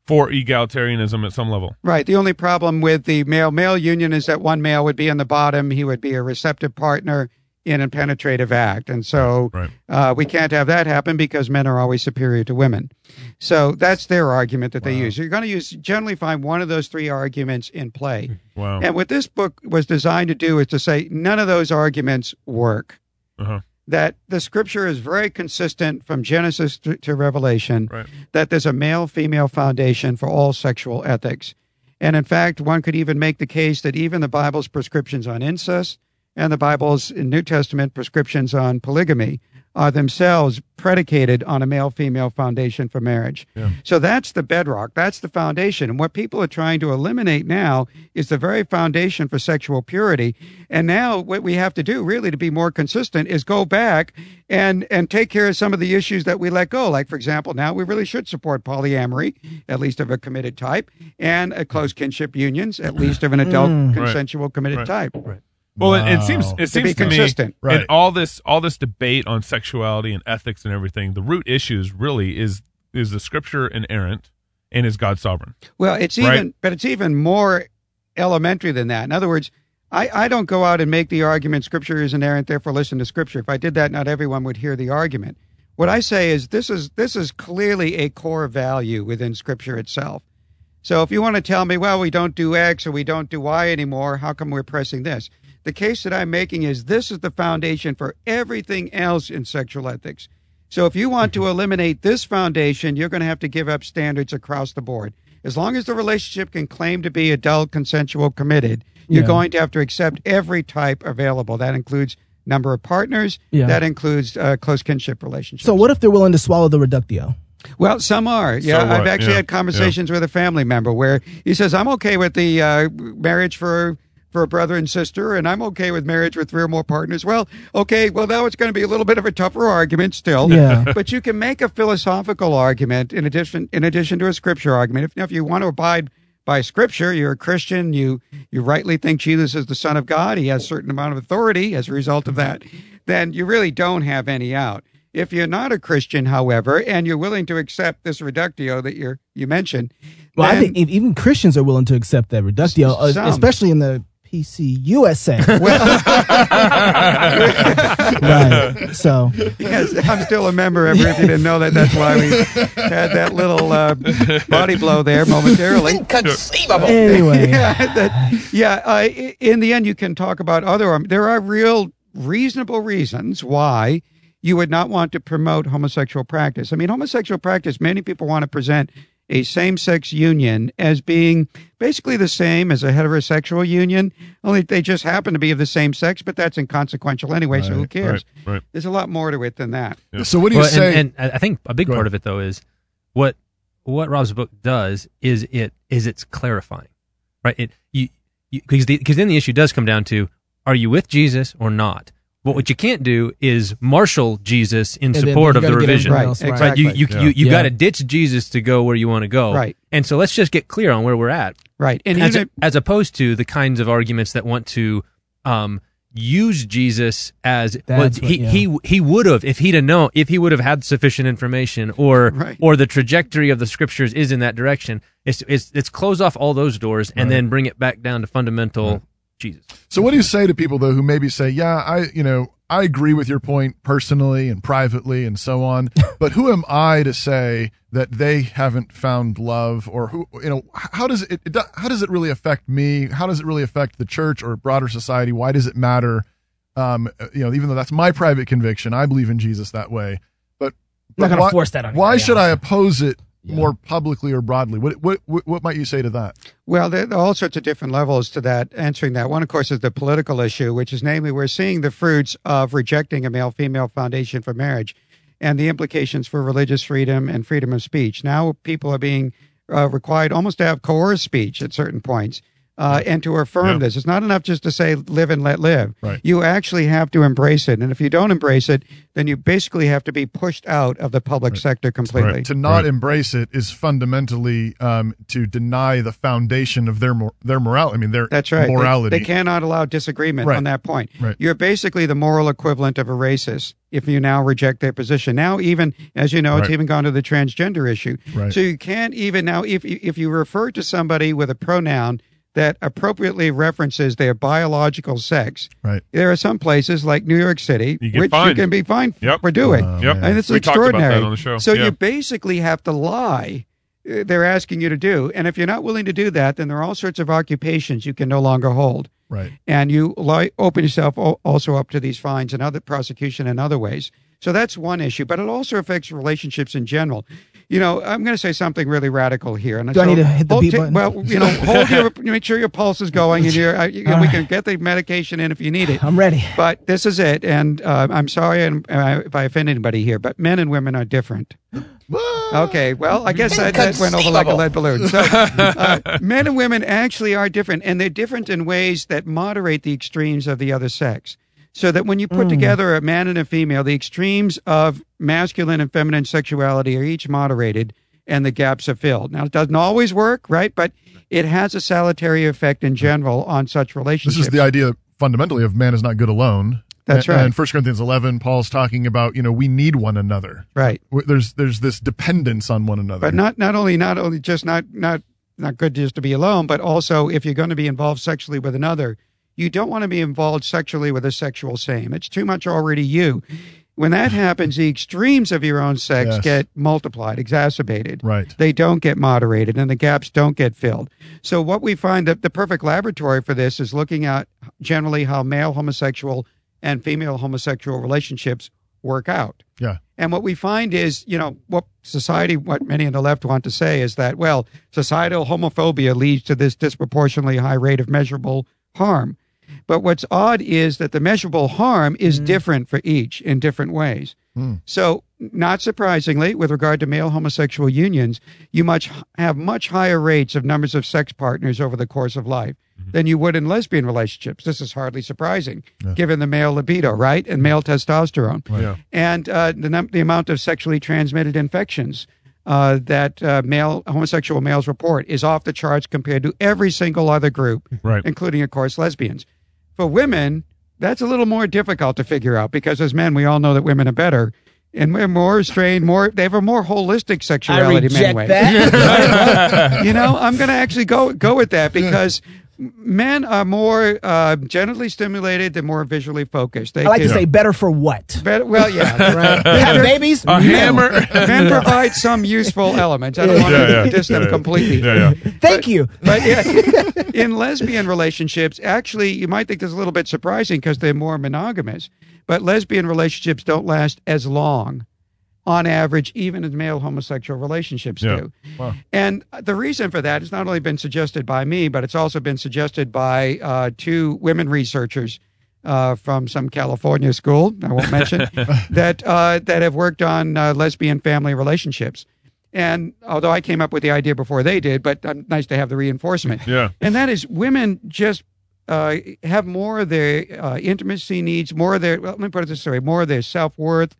S7: for egalitarianism at some level.
S11: Right. The only problem with the male male union is that one male would be in the bottom. He would be a receptive partner in a penetrative act, and so
S7: Right.
S11: uh, we can't have that happen because men are always superior to women. So that's their argument that they use. You're going to use generally find one of those three arguments in play.
S7: Wow.
S11: And what this book was designed to do is to say none of those arguments work.
S7: Uh-huh.
S11: That the scripture is very consistent from Genesis to, to Revelation that there's a male female foundation for all sexual ethics. And in fact, one could even make the case that even the Bible's prescriptions on incest and the Bible's New Testament prescriptions on polygamy are themselves predicated on a male female foundation for marriage. So that's the bedrock, that's the foundation. And what people are trying to eliminate now is the very foundation for sexual purity. And now what we have to do really to be more consistent is go back and and take care of some of the issues that we let go. Like for example, now we really should support polyamory, at least of a committed type, and a close kinship unions, at least of an adult
S7: Mm. Right.
S11: consensual committed
S7: Right.
S11: type. Right.
S7: Well, it, it seems it
S11: to
S7: seems
S11: be
S7: to
S11: consistent.
S7: me, in all this all this debate on sexuality and ethics and everything, the root issues really is is the scripture inerrant and is God sovereign?
S11: Well, it's even,
S7: Right.
S11: but it's even more elementary than that. In other words, I, I don't go out and make the argument Scripture is inerrant, therefore listen to Scripture. If I did that, not everyone would hear the argument. What I say is this is this is clearly a core value within Scripture itself. So if you want to tell me, well, we don't do X or we don't do Y anymore, how come we're pressing this? The case that I'm making is this is the foundation for everything else in sexual ethics. So if you want to eliminate this foundation, you're going to have to give up standards across the board. As long as the relationship can claim to be adult, consensual, committed, you're
S14: Yeah.
S11: going to have to accept every type available. That includes number of partners.
S3: Yeah.
S11: That includes uh, close kinship relationships.
S3: So what if they're willing to swallow the reductio?
S11: Well, some are.
S3: So
S11: Yeah, I've
S3: what?
S11: actually
S3: Yeah,
S11: had conversations with a family member where he says, "I'm okay with the uh, marriage for for a brother and sister, and I'm okay with marriage with three or more partners." Well, okay, well now it's going to be a little bit of a tougher argument still.
S14: Yeah.
S11: but you can make a philosophical argument in addition in addition to a scripture argument. If, if you want to abide by scripture, you're a Christian. You you rightly think Jesus is the Son of God. He has a certain amount of authority as a result of that. Then you really don't have any out. If you're not a Christian, however, and you're willing to accept this reductio that you you mentioned,
S3: Well, I
S11: then-
S3: think if even Christians are willing to accept that reductio, uh,
S11: Some.
S3: especially in the PC USA. right. So
S11: yes, I'm still a member. Ever if you didn't know that, that's why we had that little uh, body blow there momentarily.
S13: Inconceivable.
S3: Anyway.
S11: yeah, that, yeah. Uh, i- in the end, you can talk about other. um, there are real reasonable reasons why you would not want to promote homosexual practice. I mean, homosexual practice. Many people want to present a same-sex union as being basically the same as a heterosexual union, only they just happen to be of the same sex. But that's inconsequential anyway. so who
S8: Right,
S11: cares?
S8: right, right.
S11: There's a lot more to it than that.
S8: Well, and- And, I I think a big part of it though is what what Rob's book does is it is it's clarifying, right? It you because because then the issue does come down to are you with Jesus or not. But what you can't do is marshal Jesus in
S14: And then
S8: support
S14: you
S8: of the
S14: gotta get
S8: revision,
S14: everyone else Right, right.
S8: You you
S14: exactly.
S8: you, you
S14: Yeah.
S8: got to ditch Jesus to go where you want to go,
S14: Right.
S8: And so let's just get clear on where we're at,
S11: right?
S8: And
S14: And
S8: as,
S14: even
S8: as opposed to the kinds of arguments that want to um, use Jesus as well,
S14: That's what-
S8: he,
S14: yeah.
S8: he he would have if he'd have known if he would have had sufficient information or or the trajectory of the scriptures is in that direction. It's it's, it's close off all those doors and then bring it back down to fundamental Jesus.
S1: So what do you say to people though who maybe say, "Yeah, I, you know, I agree with your point personally and privately and so on, but who am I to say that they haven't found love or who, you know, how does it, it do- how does it really affect me? How does it really affect the church or broader society? Why does it matter? Um, you know, even though that's my private conviction, I believe in Jesus that way. But,
S3: Not
S1: but
S3: gonna
S1: why-
S3: force that on
S1: Why
S3: anybody
S1: should I oppose it more publicly or broadly? What, what what what might you say to that?
S11: Well, there there are all sorts of different levels to that answering that. One, of course, is the political issue, which is namely we're seeing the fruits of rejecting a male female foundation for marriage and the implications for religious freedom and freedom of speech. Now people are being uh, required almost to have coerced speech at certain points uh, and to affirm
S14: Yeah.
S11: this. It's not enough just to say live and let live.
S14: Right.
S11: You actually have to embrace it. And if you don't embrace it, then you basically have to be pushed out of the public sector completely.
S1: To not embrace it is fundamentally um, to deny the foundation of their mor- their morality. I mean, their
S11: That's right. They-
S1: morality.
S11: They, cannot allow disagreement
S1: Right.
S11: on that point.
S1: Right.
S11: You're basically the moral equivalent of a racist if you now reject their position. Now, even as you know, it's
S14: Right.
S11: even gone to the transgender issue.
S14: Right.
S11: So you can't even now if if you refer to somebody with a pronoun that appropriately references their biological sex.
S1: Right.
S11: There are some places like New York City
S7: get
S11: which
S7: fined.
S11: you can be fined
S7: Yep.
S11: for doing.
S7: Oh, Yep. man.
S11: And it's
S7: We talked about that
S11: extraordinary.
S7: on the show.
S11: So
S7: Yeah.
S11: you basically have to lie uh, they're asking you to do. And if you're not willing to do that, then there are all sorts of occupations you can no longer hold.
S1: Right.
S11: And you li- open yourself al- also up to these fines and other prosecution in other ways. So that's one issue, but it also affects relationships in general. You know, I'm going to say something really radical here. And
S3: Do I
S11: so
S3: need to hit the
S11: hold-
S3: beep
S11: ta-
S3: button?
S11: Well, you know, hold your, make sure your pulse is going, and your, uh, you know,
S3: All
S11: we
S3: right.
S11: can get the medication in if you need it.
S3: I'm ready.
S11: But this is it, and uh, I'm sorry and, uh, if I offend anybody here, but men and women are different. Okay, well, I guess that, that went over like a lead balloon. So, uh, men and women actually are different, and they're different in ways that moderate the extremes of the other sex. So that when you
S1: Mm.
S11: put together a man and a female, the extremes of masculine and feminine sexuality are each moderated, and the gaps are filled. Now, it doesn't always work, right? But it has a salutary effect in general on such relationships.
S1: This is the idea fundamentally of man is not good alone.
S11: That's
S1: A-
S11: right.
S1: And First Corinthians 11, Paul's talking about, you know, we need one another.
S11: Right.
S1: Where There's there's this dependence on one another.
S11: But not not only not only just not not not good just to be alone, but also if you're going to be involved sexually with another, you don't want to be involved sexually with a sexual same. It's too much already you. When that happens, the extremes of your own sex
S14: Yes.
S11: get multiplied, exacerbated.
S1: Right.
S11: They don't get moderated and the gaps don't get filled. So what we find that the perfect laboratory for this is looking at generally how male homosexual and female homosexual relationships work out.
S1: Yeah.
S11: And what we find is, you know, what society, what many on the left want to say is that, well, societal homophobia leads to this disproportionately high rate of measurable harm. But what's odd is that the measurable harm is different for each in different ways.
S14: Hmm.
S11: So, not surprisingly, with regard to male homosexual unions, you much have much higher rates of numbers of sex partners over the course of life than you would in lesbian relationships. This is hardly surprising, given the male libido, right, and male testosterone,
S14: Yeah.
S11: and uh, the num- the amount of sexually transmitted infections. Uh, that uh, male homosexual males report is off the charts compared to every single other group,
S7: Right.
S11: including, of course, lesbians. For women, that's a little more difficult to figure out because as men, we all know that women are better. And we're more strained, more they have a more holistic sexuality.
S14: reject
S11: men way.
S14: that.
S11: you know, I'm going to actually go go with that because men are more uh, genitally stimulated. They're more visually focused. They
S3: I like to
S11: do-
S3: say better for what?
S11: Better, well, yeah,
S3: Right. Have babies? No.
S11: Men provide some useful elements. I don't want
S14: Yeah, yeah,
S11: to diss them
S14: yeah, yeah.
S11: completely.
S14: Yeah, yeah.
S3: Thank you.
S11: But yeah, in lesbian relationships, actually, you might think this is a little bit surprising because they're more monogamous. But lesbian relationships don't last as long, on average, even as male homosexual relationships do.
S14: Wow.
S11: And the reason for that has not only been suggested by me, but it's also been suggested by uh, two women researchers uh, from some California school. I won't mention that uh, that have worked on uh, lesbian family relationships. And although I came up with the idea before they did, but um, nice to have the reinforcement.
S7: Yeah.
S11: And that is women just uh, have more of their uh, intimacy needs, more of their, well, let me put it this way, more of their self worth,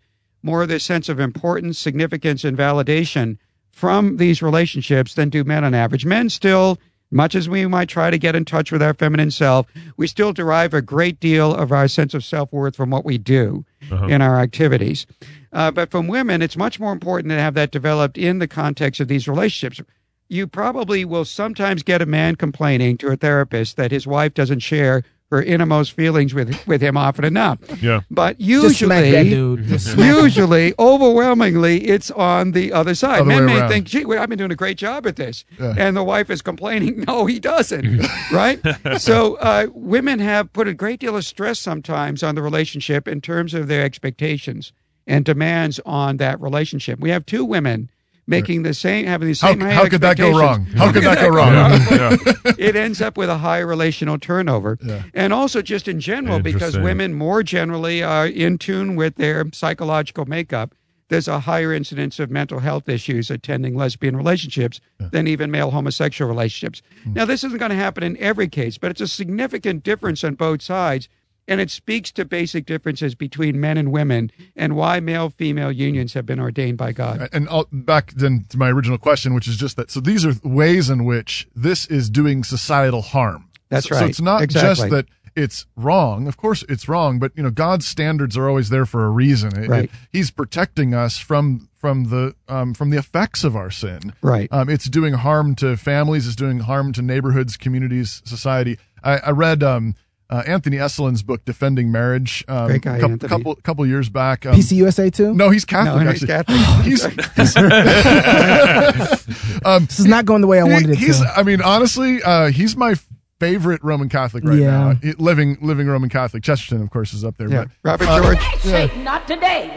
S11: more of their sense of importance, significance, and validation from these relationships than do men on average. Men still, much as we might try to get in touch with our feminine self, we still derive a great deal of our sense of self worth from what we do
S14: Uh-huh.
S11: in our activities. Uh, but from women, it's much more important to have that developed in the context of these relationships. You probably will sometimes get a man complaining to a therapist that his wife doesn't share her innermost feelings with with him often enough.
S7: Yeah.
S11: But
S14: Just smack
S11: usually,
S14: that dude. Just smack him.
S11: usually, overwhelmingly, it's on the other side.
S14: Other
S11: Men
S14: way
S11: may
S14: around.
S11: think, "Gee, well, I've been doing a great job at this,"
S14: Yeah.
S11: and the wife is complaining, "No, he doesn't." right? So, uh, women have put a great deal of stress sometimes on the relationship in terms of their expectations and demands on that relationship. We have two women making the same, having the
S1: How-
S11: same. high
S1: how could that go
S11: expectations.
S1: wrong? How could that go wrong?
S11: it ends up with a high relational turnover, and also just in general because
S14: Interesting.
S11: women more generally are in tune with their psychological makeup there's a higher incidence of mental health issues attending lesbian relationships than even male homosexual relationships.
S1: Hmm.
S11: Now, this isn't going to happen in every case, but it's a significant difference on both sides. And it speaks to basic differences between men and women and why male female unions have been ordained by God.
S1: And I'll, back then to my original question, which is just that. So these are ways in which this is doing societal harm.
S11: That's
S1: so, So
S11: right.
S1: it's not just
S11: Exactly.
S1: that it's wrong. Of course, it's wrong, but you know God's standards are always there for a reason. It-
S11: Right.
S1: it- he's protecting us from from the um, from the effects of our sin.
S11: Right.
S1: Um, it's doing harm to families. It's doing harm to neighborhoods, communities, society. I, I read um, uh, Anthony Esselin's book, Defending Marriage, um,
S3: Great guy,
S1: cou-
S3: Anthony.
S1: couple couple years back. Um,
S3: PCUSA too?
S1: No, he's Catholic.
S3: No, he's
S1: actually.
S3: Catholic.
S1: He's- um,
S3: This is not going the way I wanted it
S1: he's,
S3: to.
S1: I mean, honestly, uh, he's my favorite Roman Catholic right
S3: Yeah.
S1: now. It- living living Roman Catholic. Chesterton, of course, is up there.
S11: Yeah.
S1: But,
S11: Robert
S1: uh, Mm,
S11: George.
S15: Not today.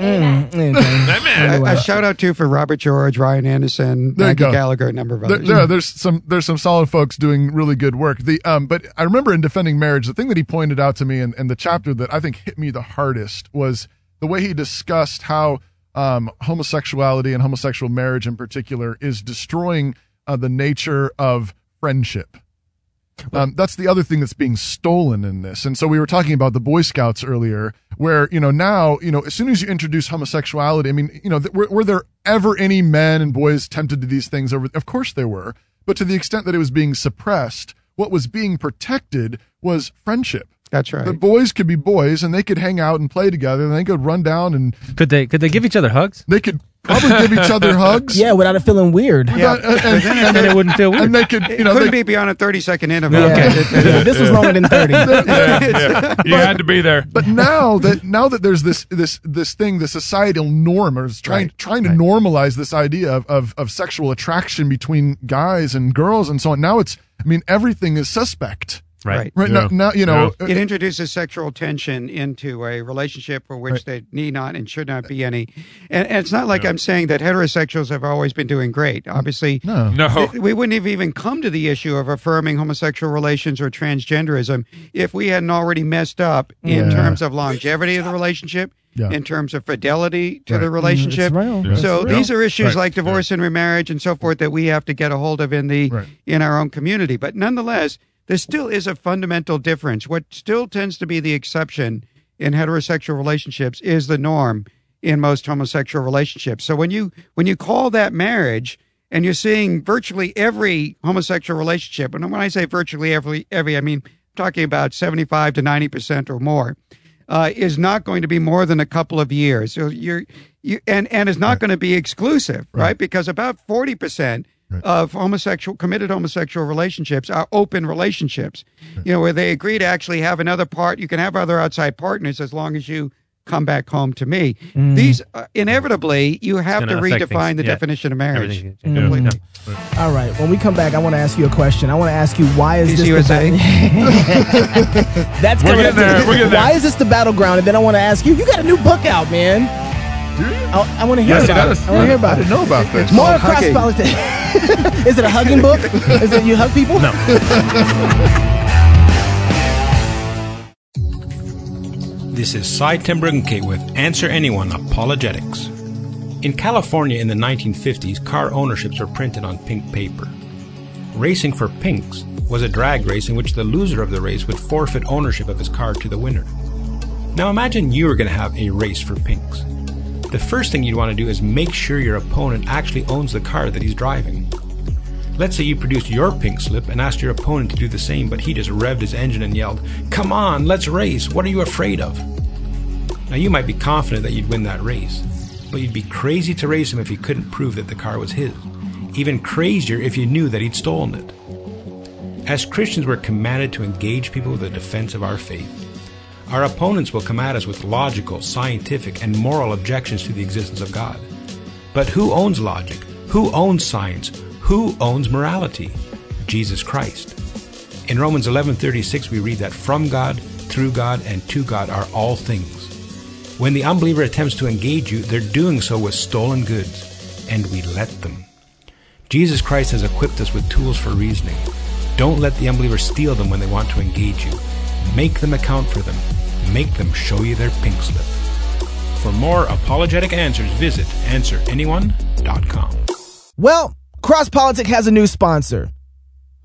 S11: A, a shout out too for Robert George, Ryan Anderson,
S1: There you
S11: Maggie
S1: go.
S11: Gallagher, a number of
S1: There,
S11: others.
S1: there are- there's some there's some solid folks doing really good work. The um, but I remember in defending marriage, the thing that he pointed out to me, and, and the chapter that I think hit me the hardest was the way he discussed how um, homosexuality and homosexual marriage in particular is destroying uh, the nature of friendship. Um, that's the other thing that's being stolen in this. And so we were talking about the Boy Scouts earlier, where, you know, now, you know, as soon as you introduce homosexuality, I mean, you know, th- were, were there ever any men and boys tempted to these things over? Of course there were. But to the extent that it was being suppressed, what was being protected was friendship.
S11: That's right.
S1: The boys could be boys and they could hang out and play together and they could run down and
S8: Could they could they give each other hugs?
S1: They could probably give each other hugs.
S3: Yeah, without it feeling weird.
S1: Without- and- and-
S8: and it wouldn't feel weird.
S1: And they could, you know,
S11: couldn't
S1: they-
S11: be beyond a 30 second interval.
S3: this was longer than 30.
S7: You had to be there.
S1: But now that now that there's this this this thing, the societal norm is trying trying to normalize this idea of, of of sexual attraction between guys and girls and so on. Now it's I mean everything is suspect.
S11: Right.
S1: Right now, now you know uh,
S11: it introduces sexual tension into a relationship for which there need not and should not be any. And, and it's not like I'm saying that heterosexuals have always been doing great. Obviously,
S1: no,
S7: No.
S11: we wouldn't have even come to the issue of affirming homosexual relations or transgenderism if we hadn't already messed up in
S8: Yeah.
S11: terms of longevity of the relationship.
S8: Yeah.
S11: In terms of fidelity to
S8: Right.
S11: the
S8: Mm,
S11: relationship,
S8: it's real. Yeah.
S11: so
S8: It's real.
S11: these are issues
S8: Right.
S11: like divorce and remarriage and so forth that we have to get a hold of in the in our own community. But nonetheless, there still is a fundamental difference. What still tends to be the exception in heterosexual relationships is the norm in most homosexual relationships. So when you when you call that marriage and you're seeing virtually every homosexual relationship, and when I say virtually every every, I mean talking about seventy five to ninety percent or more uh, is not going to be more than a couple of years. So you're, you and and is not going to be exclusive, right? Because about forty percent of homosexual committed homosexual relationships are open relationships, you know, where they agree to actually have another part. You can have other outside partners as long as you come back home to me.
S8: Mm.
S11: These uh, inevitably you have to
S8: gonna affect
S11: redefine
S8: things.
S11: the
S8: Yeah.
S11: definition of marriage
S8: Everything's
S3: gonna change.
S11: completely.
S3: All right. When we come back, I want to ask you a question. I want to ask you why is this the
S11: PCUSA?
S3: ba- That's
S11: We're
S3: coming
S11: getting
S3: up
S11: there.
S3: next.
S11: We're getting there.
S3: Why is this the battleground? And then I want to ask you. You got a new book out, man. I, I want to hear
S1: Yes, it
S3: about it.
S1: does.
S3: I want to hear about
S1: I didn't
S3: it.
S1: know about
S3: It's
S1: this.
S3: More
S1: It's called
S3: cross
S1: hugging.
S3: politics. is it a hugging book? Is it you hug people? No.
S2: This is Cy Tembrunke with Answer Anyone Apologetics. In California in the 1950s, car ownerships were printed on pink paper. Racing for Pinks was a drag race in which the loser of the race would forfeit ownership of his car to the winner. Now imagine you were going to have a race for Pinks. The first thing you'd want to do is make sure your opponent actually owns the car that he's driving. Let's say you produced your pink slip and asked your opponent to do the same, but he just revved his engine and yelled, Come on, let's race, what are you afraid of? Now you might be confident that you'd win that race, but you'd be crazy to race him if you couldn't prove that the car was his. Even crazier if you knew that he'd stolen it. As Christians, we're commanded to engage people with a defense of our faith. Our opponents will come at us with logical, scientific, and moral objections to the existence of God. But who owns logic? Who owns science? Who owns morality? Jesus Christ. In Romans 11:36 we read that from God, through God, and to God are all things. When the unbeliever attempts to engage you, they're doing so with stolen goods, and we let them. Jesus Christ has equipped us with tools for reasoning. Don't let the unbeliever steal them when they want to engage you. Make them account for them. Make them show you their pink slip. For more apologetic answers, visit answeranyone.com.
S11: Well, Cross Politic has a new sponsor.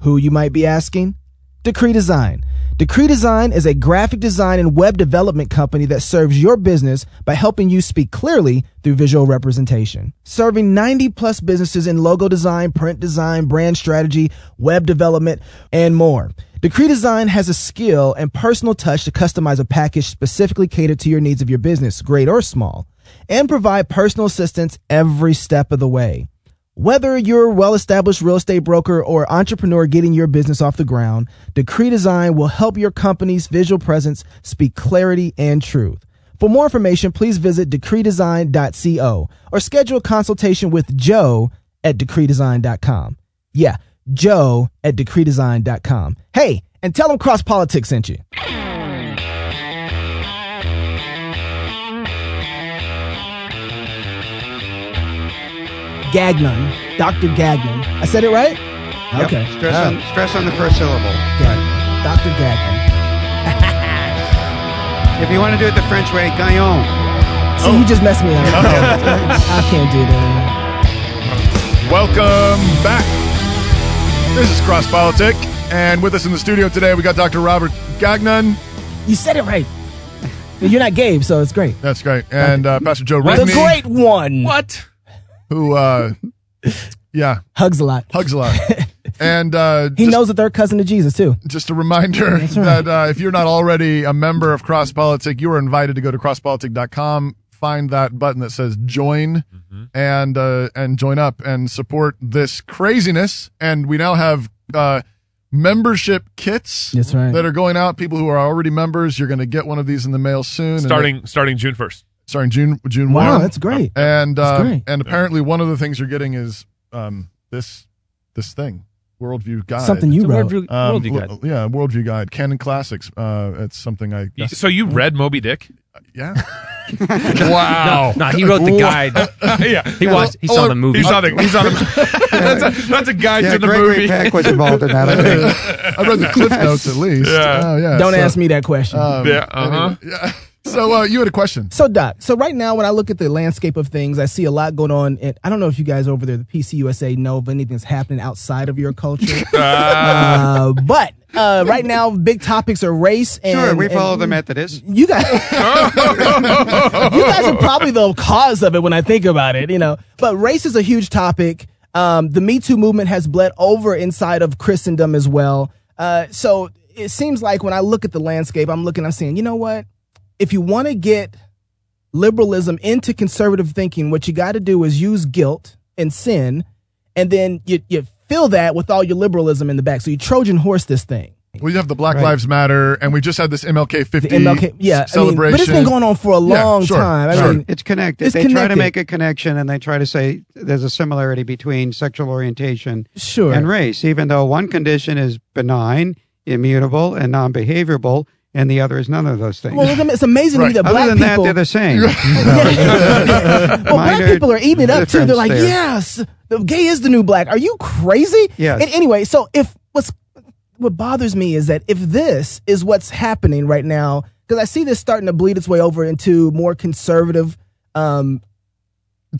S11: Who you might be asking? Decree Design. Decree Design is a graphic design and web development company that serves your business by helping you speak clearly through visual representation. Serving 90 plus businesses in logo design, print design, brand strategy, web development, and more. Decree Design has a skill and personal touch to customize a package specifically catered to your needs of your business, great or small, and provide personal assistance every step of the way. Whether you're a well established real estate broker or entrepreneur getting your business off the ground, Decree Design will help your company's visual presence speak clarity and truth. For more information, please visit decreedesign.co or schedule a consultation with Joe at decreedesign.com. Yeah, Joe at decreedesign.com. Hey, and tell them Cross Politics sent you. Gagnon, Dr. Gagnon. I said it right?
S16: Yep. Stress,
S11: Ah.
S16: on, stress on the first syllable.
S11: Gagnon. Dr. Gagnon.
S16: If you want to do it the French way, Oh. Gaillon.
S11: See, you just messed me up. I can't do that.
S1: Welcome back. This is Cross Politic, and with us in the studio today, we got Dr. Robert Gagnon.
S11: You said it right. You're not Gabe, so it's great.
S1: That's great. And uh, Pastor Joe
S11: The
S1: Rigney.
S11: great one.
S7: What?
S1: Who, uh, yeah.
S11: Hugs a lot.
S1: Hugs a lot. And uh,
S11: He knows that they're cousin to Jesus, too.
S1: just a reminder
S11: That's
S1: that uh, if you're not already a member of Cross Politic, you are invited to go to crosspolitic.com, find that button that says join, and uh, and join up and support this craziness. And we now have uh, membership kits
S11: That's right.
S1: that are going out. People who are already members, you're going to get one of these in the mail soon. and
S7: starting starting June first.
S1: starting June June
S11: Wow,
S1: one.
S11: that's great.
S1: And
S11: That's
S1: uh,
S11: great.
S1: and apparently one of the things you're getting is um, this this thing worldview guide
S11: Something you It's a wrote.
S17: worldview- worldview guide.
S1: l- Um, oh, yeah worldview guide canon classics uh, it's something I
S7: So you
S2: Mm-hmm.
S7: read Moby Dick?
S1: yeah
S7: Wow.
S17: No, no, he wrote the guide.
S7: yeah,
S17: He watched- he saw the movie.
S7: He saw the. He saw the that's, a, that's a guide
S16: Yeah,
S7: to the
S16: Gregory
S7: movie.
S16: Peck was involved in that, I think.
S1: I read the cliff notes at least
S7: Yeah.
S1: Oh, yeah
S11: Don't
S1: so,
S11: ask me that question.
S16: Uh,
S1: um,
S7: Yeah, uh-huh.
S1: anyway, yeah. so uh, you had a question
S11: So, Doc, so right now when I look at the landscape of things, I see a lot going on. And I don't know if you guys over there, the PCUSA, know of anything that's happening outside of your culture. uh, but uh, right now, big topics are race and.
S16: Sure, we
S11: and
S16: follow the Methodists.
S11: You guys, you guys are probably the cause of it when I think about it, you know. But race is a huge topic. Um, the Me Too movement has bled over inside of Christendom as well. Uh, so it seems like when I look at the landscape, I'm looking, I'm saying, you know what? If you want to get liberalism into conservative thinking, what you got to do is use guilt and sin, and then you, you fill that with all your liberalism in the back. So you Trojan horse this thing.
S1: we have the Black
S11: Right.
S1: Lives Matter and we just had this MLK 50
S11: The MLK, yeah, I mean,
S1: celebration
S11: but it's been going on for a
S1: Yeah,
S11: long
S1: sure,
S11: time. I
S1: sure.
S11: mean,
S16: It's connected.
S11: It's
S16: they try to
S11: connected.
S16: make a connection and they try to say there's a similarity between sexual orientation
S11: Sure.
S16: and race, even though one condition is benign, immutable, and non behaviorable, and the other is none of those things.
S11: well, it's am- it's amazing to me that
S16: Other
S11: black
S16: than that,
S11: people.
S16: they're the same.
S11: well, black
S16: minor
S11: people are eating it up too. They're
S16: difference
S11: like,
S16: there.
S11: yes, the gay is the new black. Are you crazy?
S16: Yes.
S11: And anyway, so if what's what bothers me is that if this is what's happening right now, because I see this starting to bleed its way over into more conservative. Um,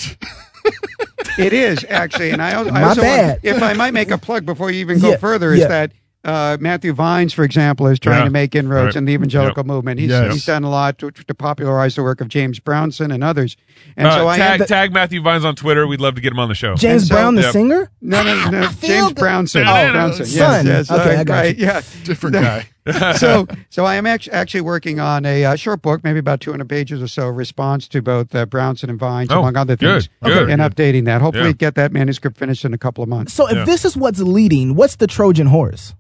S16: It is actually, and I, al- I
S11: My
S16: also
S11: bad.
S16: Want, if I might make a plug before you even go
S11: Yeah,
S16: further, is
S11: yeah.
S16: that uh, Matthew Vines, for example, is trying
S7: Yeah.
S16: to make inroads
S7: Right.
S16: in the evangelical movement. He's,
S1: Yes.
S16: he's done a lot to, to popularize the work of James Brownson and others. And
S7: Uh,
S16: so I am
S7: tag,
S16: the-
S7: tag Matthew Vines on Twitter. We'd love to get him on the show. uh,
S11: James
S16: And so-
S11: Brown, the
S7: Yep.
S11: singer.
S16: no, no, no,
S11: feel
S16: James
S11: good.
S16: Brownson.
S7: No, no,
S16: oh,
S7: no,
S16: Brownson.
S11: son.
S16: Yes, yes.
S11: Okay,
S16: uh,
S11: I got
S16: right, yeah.
S1: different guy
S16: so, so I am act- actually working on a uh, short book, maybe about 200 pages or so, response to both uh, Brownson and Vines,
S7: Oh,
S16: among other
S7: good,
S16: things,
S7: good.
S16: and updating that. Hopefully,
S7: Yeah.
S16: get that manuscript finished in a couple of months.
S11: So if
S7: Yeah.
S11: this is what's leading, what's the Trojan horse?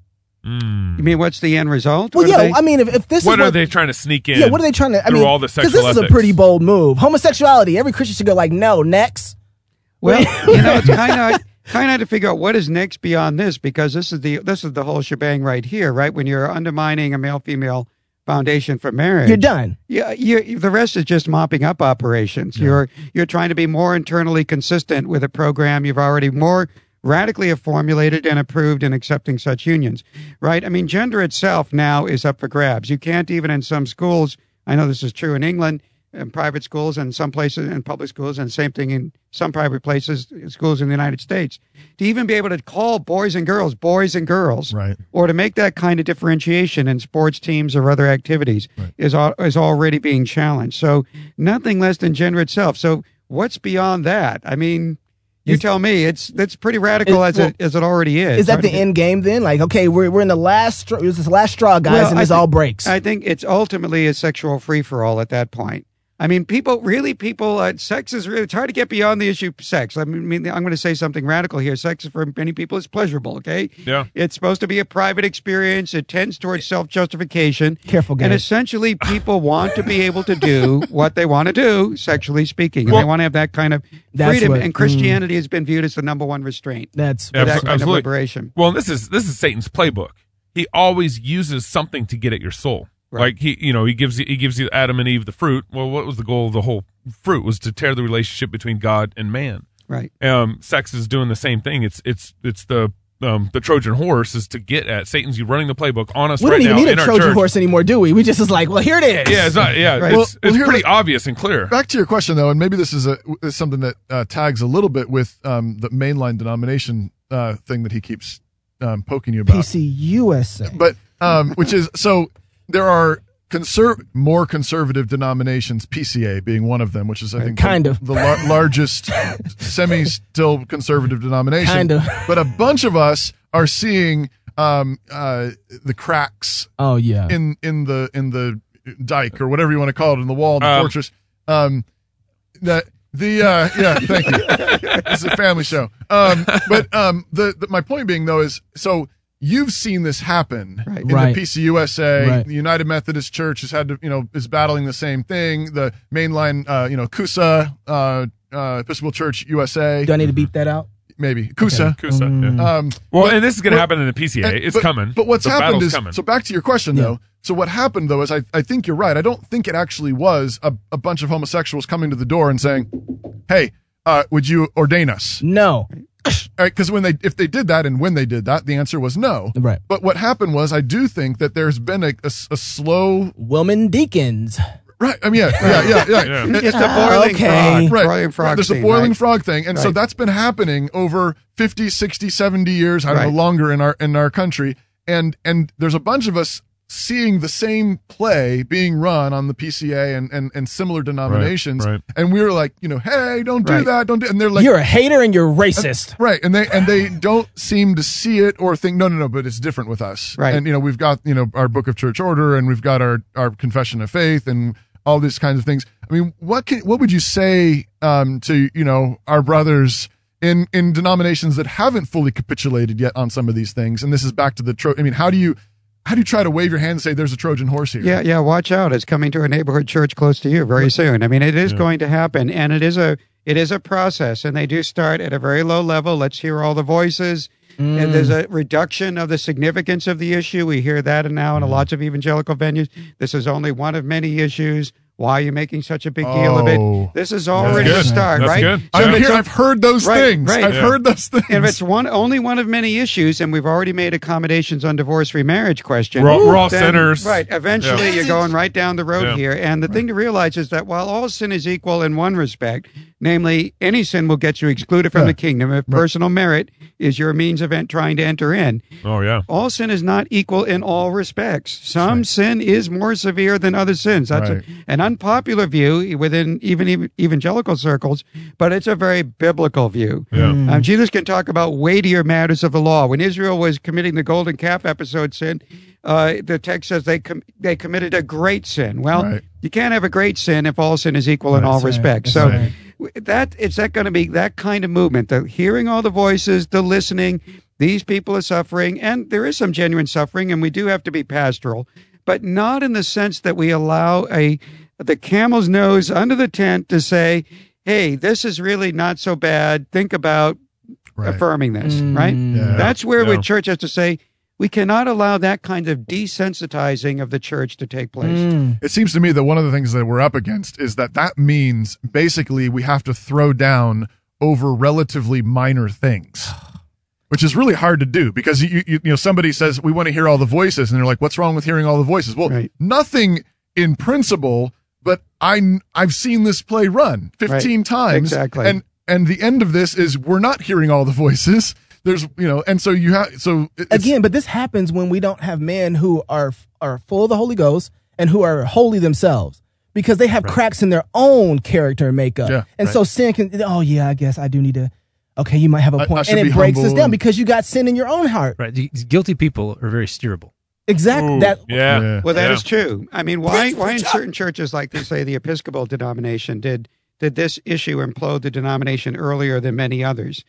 S7: Mm.
S16: You mean what's the end result?
S11: Well,
S16: What are
S11: yeah,
S16: they-
S11: I mean, if, if this is
S7: What are they trying to sneak in?
S11: Yeah, what are they trying to? I
S7: through
S11: mean,
S7: all the
S11: because
S7: sexual
S11: this is a
S7: ethics?
S11: pretty bold move. Homosexuality. Every Christian should go like, no, next.
S16: Well, you know, it's kind of kind of to figure out what is next beyond this because this is the this is the whole shebang right here, right? When you're undermining a male female foundation for marriage,
S11: You're done.
S16: Yeah, you, the rest is just mopping up operations. You're you're trying to be more internally consistent with a program you've already more radically have formulated and approved in accepting such unions, right? I mean, gender itself now is up for grabs. You can't even in some schools. I know this is true in England.
S11: in private schools and some places in public schools, and same thing in some private places, schools in the United States. To even be able to call boys and girls boys and girls,
S1: right?
S11: Or to make that kind of differentiation in sports teams or other activities is al- is already being challenged. So nothing less than gender itself. So what's beyond that? I mean, you tell me. It's that's pretty radical
S3: Is-
S11: as it as it already is.
S3: Is that
S11: Right?
S3: the end game then? Like, okay, we're, we're in the last straw, it was this last straw, guys,
S11: Well,
S3: and
S11: I
S3: this
S11: thi-
S3: all breaks.
S11: I think it's ultimately a sexual free for all at that point. I mean, people really, people, uh, sex is really, it's hard to get beyond the issue of sex. I mean, I'm going to say something radical here. Sex for many people is pleasurable, okay?
S7: Yeah.
S11: It's supposed to be a private experience. It tends towards self justification. Careful,
S3: guys.
S11: And essentially, people want to be able to do what they want to do, sexually speaking. And they want to have that kind of
S7: That's
S11: freedom.
S7: what-
S11: and Christianity has been viewed as the number one restraint.
S3: That's
S11: for that kind of liberation.
S7: Well, this is this is Satan's playbook. He always uses something to get at your soul. Like he, you know, he gives you, he gives you Adam and Eve the fruit. Well, what was the goal of the whole fruit was to tear the relationship between God and man.
S11: Right.
S7: Um, sex is doing the same thing. It's it's it's the um, the Trojan horse is to get at Satan's. You running the playbook on us
S3: we
S7: right
S3: don't even
S7: now
S3: need
S7: in
S3: a
S7: our
S3: Trojan
S7: church.
S3: horse anymore, do we? We just is like, well, here it is.
S7: Yeah, it's not, yeah,
S1: Right. Well-
S7: it's,
S1: well,
S7: it's
S1: here-
S7: pretty obvious and clear.
S1: Back to your question, though, and maybe this is a is something that uh, tags a little bit with um, the mainline denomination uh, thing that he keeps um, poking you about.
S3: PCUSA.
S1: but um, which is so there are conser- more conservative denominations, PCA being one of them, which is I think
S3: Kind
S1: the,
S3: of.
S1: the lar- largest semi still conservative denomination.
S3: Kind of.
S1: but a bunch of us are seeing um, uh, the cracks.
S3: Oh, yeah.
S1: in in the in the dike or whatever you want to call it in the wall, in the
S7: Um,
S1: fortress. Um, the the uh, yeah, thank you. this is a family show. Um, but um, the, the my point being though is so you've seen this happen in
S10: Right.
S1: the PCUSA.
S10: Right.
S1: The United Methodist Church has had to you know is battling the same thing. The mainline uh, you know CUSA uh, uh, Episcopal Church USA.
S3: Do I need to beep that out?
S1: Maybe CUSA.
S7: Kusa,
S3: Mm.
S7: yeah.
S1: Um,
S7: well,
S1: but-
S7: and this is going to
S1: but-
S7: happen in the PCA.
S1: and-
S7: it's
S1: but-
S7: coming.
S1: But what's
S7: The
S1: happened
S7: battle's
S1: is
S7: coming.
S1: so. Back to your question though. So what happened though is I, I think you're right. I don't think it actually was a, a bunch of homosexuals coming to the door and saying, "Hey, uh, would you ordain us?"
S2: Mm.
S3: No.
S1: Because when they if they did that and when they did that, the answer was no.
S3: Right.
S1: But what happened was I do think that there's been a, a s- a slow
S3: women deacons.
S1: Right. I mean, yeah, yeah, yeah, yeah.
S11: Yeah. It's the boiling Ah, frog- boiling frog
S1: There's a
S11: scene,
S1: boiling
S11: right.
S1: frog thing. And so
S11: Right.
S1: that's been happening over 50, 60, 70 years, I don't
S11: Right.
S1: know, longer in our in our country. And and there's a bunch of us seeing the same play being run on the PCA and and, and similar denominations.
S10: right.
S1: And we were like, you know, hey, don't do
S10: Right.
S1: that, don't do and they're like
S3: You're a hater and you're racist.
S1: And- right. And they and they don't seem to see it or think, no, no, no, but it's different with us.
S10: Right.
S1: And you know, we've got, you know, our book of church order and we've got our, our confession of faith and all these kinds of things. I mean, what can what would you say um to, you know, our brothers in in denominations that haven't fully capitulated yet on some of these things? And this is back to the tro I mean, how do you how do you try to wave your hand and say there's a Trojan horse here?
S11: Yeah, yeah. Watch out! It's coming to a neighborhood church close to you very soon. I mean, it is going to happen, and it is a it is a process, and they do start at a very low level. Let's hear all the voices. And there's
S1: Mm.
S11: a reduction of the significance of the issue. We hear that now
S1: Mm.
S11: in a lots of evangelical venues. This is only one of many issues. Why are you making such a big deal of
S1: Oh.
S11: it? This is already a
S1: good.
S11: start,
S1: That's
S11: right?
S1: good. I've
S11: if
S1: hear-
S11: it's-
S1: I've heard those
S11: Right,
S1: things.
S11: right.
S1: I've heard those things.
S11: And if it's one only one of many issues, and we've already made accommodations on divorce remarriage question,
S7: We're all- we're all
S11: then-
S7: sinners.
S11: Right. Eventually,
S7: Yeah.
S11: you're going right down the road
S7: Yeah.
S11: here. And the thing to realize is that while all sin is equal in one respect, namely, any sin will get you excluded from the kingdom if personal merit is your means of en- trying to enter in.
S7: Oh yeah.
S11: All sin is not equal in all respects. Some sin is more severe than other sins. That's a-
S10: Right.
S11: an unpopular view within even, even evangelical circles, but it's a very biblical view. Um, Jesus can talk about weightier matters of the law. When Israel was committing the golden calf episode sin, uh, the text says they com- they committed a great sin. Well,
S10: Right.
S11: you can't have a great sin if all sin is equal in all
S10: That's right.
S11: respects.
S10: That's
S11: So
S10: right.
S11: w- that it's that going to be that kind of movement. The hearing all the voices, the listening. These people are suffering, and there is some genuine suffering, and we do have to be pastoral, but not in the sense that we allow a the camel's nose under the tent to say, "Hey, this is really not so bad. Think about affirming this." Right?
S10: Yeah.
S11: That's where the
S10: Yeah.
S11: church has to say. We cannot allow that kind of desensitizing of the church to take place.
S1: It seems to me that one of the things that we're up against is that that means basically we have to throw down over relatively minor things, which is really hard to do because you you, you know somebody says we want to hear all the voices and they're like what's wrong with hearing all the voices? Well, nothing in principle, but I I've seen this play run 15
S11: Right.
S1: times.
S11: Exactly.
S1: And and the end of this is we're not hearing all the voices. There's you know, and so you have so it- it's-
S3: Again, but this happens when we don't have men who are are full of the Holy Ghost and who are holy themselves because they have cracks in their own character and makeup.
S1: Yeah,
S3: and
S1: right.
S3: so sin can. Oh yeah, I guess I do need to. Okay, you might have
S8: I-
S3: a
S8: I
S3: point,
S8: should
S3: and
S8: be
S3: it breaks us
S8: humble
S3: down
S8: and-
S3: because you got sin in your own heart.
S8: Right. These guilty people are very steerable.
S3: Exactly. That
S11: Well, that is
S8: true.
S11: true. I mean, why? Why in certain churches, like they say, the Episcopal denomination did did this issue implode the denomination earlier than many others?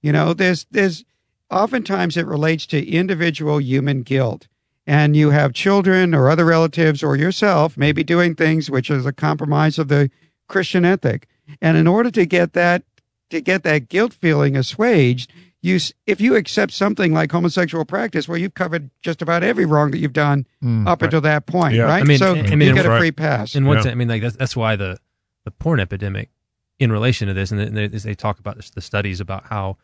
S11: You know, there's there's oftentimes it relates to individual human guilt, and you have children or other relatives or yourself maybe doing things which is a compromise of the Christian ethic, and in order to get that to get that guilt feeling assuaged, you s- if you accept something like homosexual practice, well, you've covered just about every wrong that you've done
S8: Mm,
S11: up
S8: right.
S11: until that point, right?
S8: I mean,
S11: so
S8: I mean,
S11: you
S8: in-
S11: get a free pass.
S8: In one sense, I mean, like that's, that's why the the porn epidemic, in relation to this, and they, they- they talk about this, the studies about how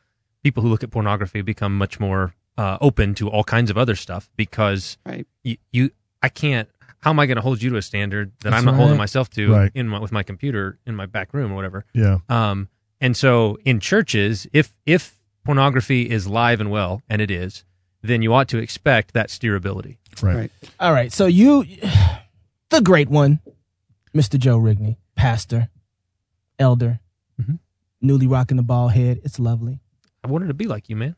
S8: people who look at pornography become much more uh, open to all kinds of other stuff because you, you I can't. How am I going to hold you to a standard that
S7: That's
S8: I'm not holding
S7: right.
S8: myself to
S7: Right.
S8: in my, with my computer in my back room or whatever?
S1: Yeah.
S8: Um, and so in churches, if if pornography is live and well, and it is, then you ought to expect that steerability.
S1: Right.
S3: All right. So you, the great one, Mr. Joe Rigney, pastor, elder, newly rocking the bald head. It's lovely.
S8: Mm-hmm. I wanted to be like you, man.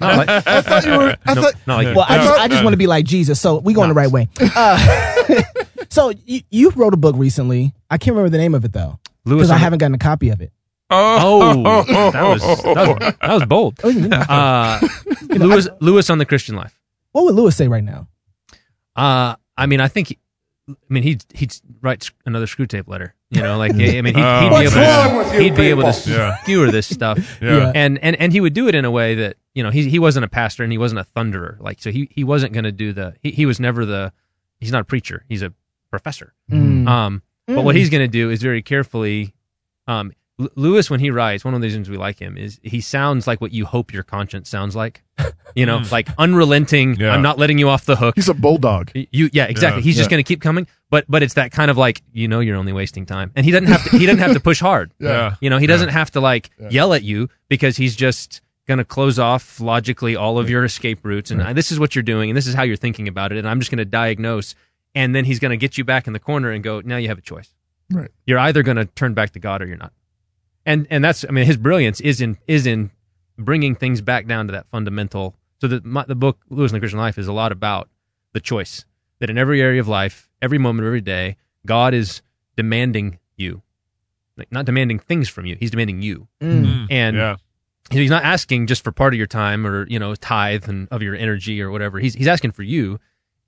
S3: Not like-
S8: I thought you were- I No, thought- not like you.
S3: well, I
S8: No,
S3: just, I just
S8: no.
S3: want to be like Jesus. So we going the right way. Uh, so you, you wrote a book recently. I can't remember the name of it though,
S8: Lewis
S3: because I
S8: on-
S3: haven't gotten a copy of it.
S8: Oh, that was that was, that was bold.
S7: Oh,
S8: Uh, Lewis Lewis on the Christian life.
S3: What would Lewis say right now?
S8: Uh, I mean, I think, he- I mean, he'd he'd write sc- another screw tape letter. You know, like I mean, he'd,
S7: Oh,
S8: he'd be
S7: What's
S8: able
S7: wrong with
S8: to
S7: you
S8: he'd be able to
S7: people? Yeah.
S8: skewer this stuff.
S7: Yeah. Yeah.
S8: and and and he would do it in a way that you know he he wasn't a pastor and he wasn't a thunderer. Like so, he he wasn't going to do the he, he was never the he's not a preacher. He's a professor.
S7: Mm.
S8: Um, but what
S7: Mm.
S8: he's going to do is very carefully. Um, L- Lewis, when he writes, one of the reasons we like him is he sounds like what you hope your conscience sounds like. You
S7: Mm.
S8: know, like unrelenting. I'm not letting you off the hook.
S1: He's a bulldog.
S8: You, yeah, exactly.
S1: Yeah.
S8: He's just
S1: Yeah.
S8: going to keep coming, but but it's that kind of like you know you're only wasting time, and he doesn't have to. He doesn't have to push hard.
S7: Yeah.
S8: you know he doesn't
S7: Yeah.
S8: have to like yell at you because he's just going to close off logically all of your escape routes, and this is what you're doing, and this is how you're thinking about it, and I'm just going to diagnose, and then he's going to get you back in the corner and go, now you have a choice.
S1: Right.
S8: You're either going to turn back to God or you're not, and and that's I mean his brilliance is in is in bringing things back down to that fundamental. So the my, the book Lewis and the Christian Life is a lot about the choice that in every area of life, every moment, of every day, God is demanding you, like, not demanding things from you. He's demanding you,
S7: Mm. Mm,
S8: and
S7: yeah.
S8: he's not asking just for part of your time or you know tithe and of your energy or whatever. He's he's asking for you,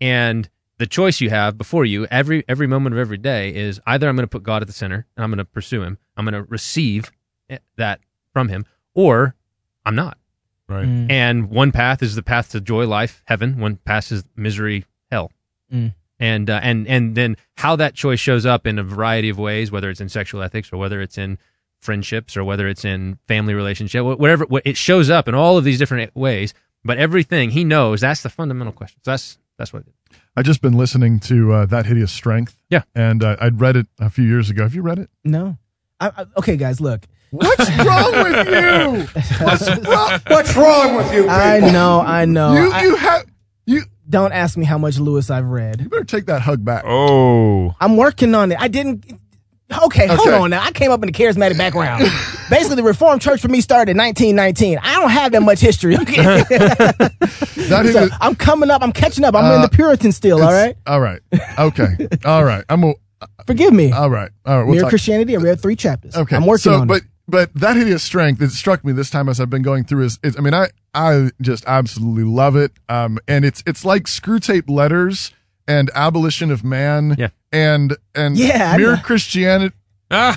S8: and the choice you have before you every every moment of every day is either I'm going to put God at the center and I'm going to pursue Him, I'm going to receive eh, that from Him, or I'm not.
S7: Right.
S8: Mm. And one path is the path to joy, life, heaven. One path is misery, hell.
S3: Mm.
S8: And uh, and and then how that choice shows up in a variety of ways, whether it's in sexual ethics or whether it's in friendships or whether it's in family relationship, wh- whatever wh- it shows up in all of these different ways. But everything he knows, that's the fundamental question. So that's that's what.
S1: I just been listening to uh, that hideous strength.
S8: Yeah,
S1: and uh, I'd read it a few years ago. Have you read it?
S3: No. I, I, okay, guys, look.
S1: What's wrong with you?
S3: What's
S1: wrong,
S3: what's
S1: wrong with you?
S3: I
S1: people?
S3: know, I know.
S1: You- you
S3: have you. Don't ask me how much Lewis I've read. You
S1: better take that hug back.
S7: Oh,
S3: I'm working on it. I didn't. Okay, hold
S1: Okay.
S3: on now. I came up in a charismatic background. Basically, the Reformed Church for me started in 1919. I don't have that much history. Okay,
S1: is
S3: So,
S1: a-
S3: I'm coming up. I'm catching up. I'm in
S1: Uh,
S3: the Puritan still. All right,
S1: All right. Okay. all right. I'm. A,
S3: forgive me.
S1: All right. All right. Uh, We'll
S3: Mere
S1: talk-
S3: Christianity. I read three chapters.
S1: Okay.
S3: I'm working
S1: so,
S3: on
S1: but,
S3: it.
S1: But that hideous strength that struck me this time as I've been going through is, is I mean, I, I just absolutely love it. Um, and it's, it's like screw tape letters and abolition of man yeah. and, and
S7: Yeah, I
S1: mere
S7: know.
S1: Christianity. uh,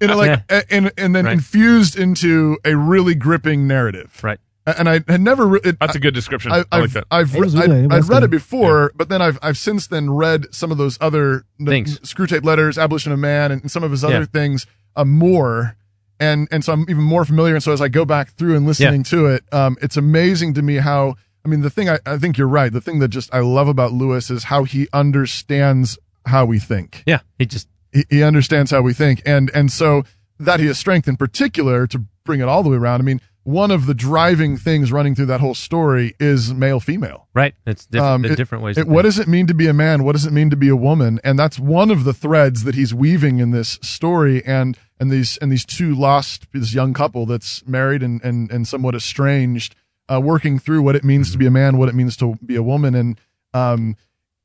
S1: you know, like, a- and, and then infused into a really gripping narrative.
S8: Right.
S1: And I had never. Re- it,
S7: That's a good description.
S1: I,
S7: I like
S1: I've-
S7: that.
S1: I've,
S7: It was
S1: I'd-
S7: really- it
S1: I'd
S7: was
S1: read it
S7: good.
S1: before, but then I've I've since then read some of those other
S8: Things.
S1: screw tape letters, abolition of man, and, and some of his other
S8: Yeah.
S1: things uh, more. And and so I'm even more familiar. And so as I go back through and listening to it, um, it's amazing to me how I mean the thing I, I think you're right. The thing that just I love about Lewis is how he understands how we think.
S8: Yeah, he just
S1: He, he understands how we think, and and so that he has strength in particular to bring it all the way around. I mean, one of the driving things running through that whole story is male female.
S8: Right. It's diff-
S1: Um,
S8: there's
S1: it-
S8: different ways.
S1: it-
S8: to
S1: what
S8: think.
S1: does it mean to be a man? What does it mean to be a woman? And that's one of the threads that he's weaving in this story. And and these and these two lost this young couple that's married and and and somewhat estranged, uh, working through what it means to be a
S8: Mm-hmm.
S1: man, what it means to be a woman, and um,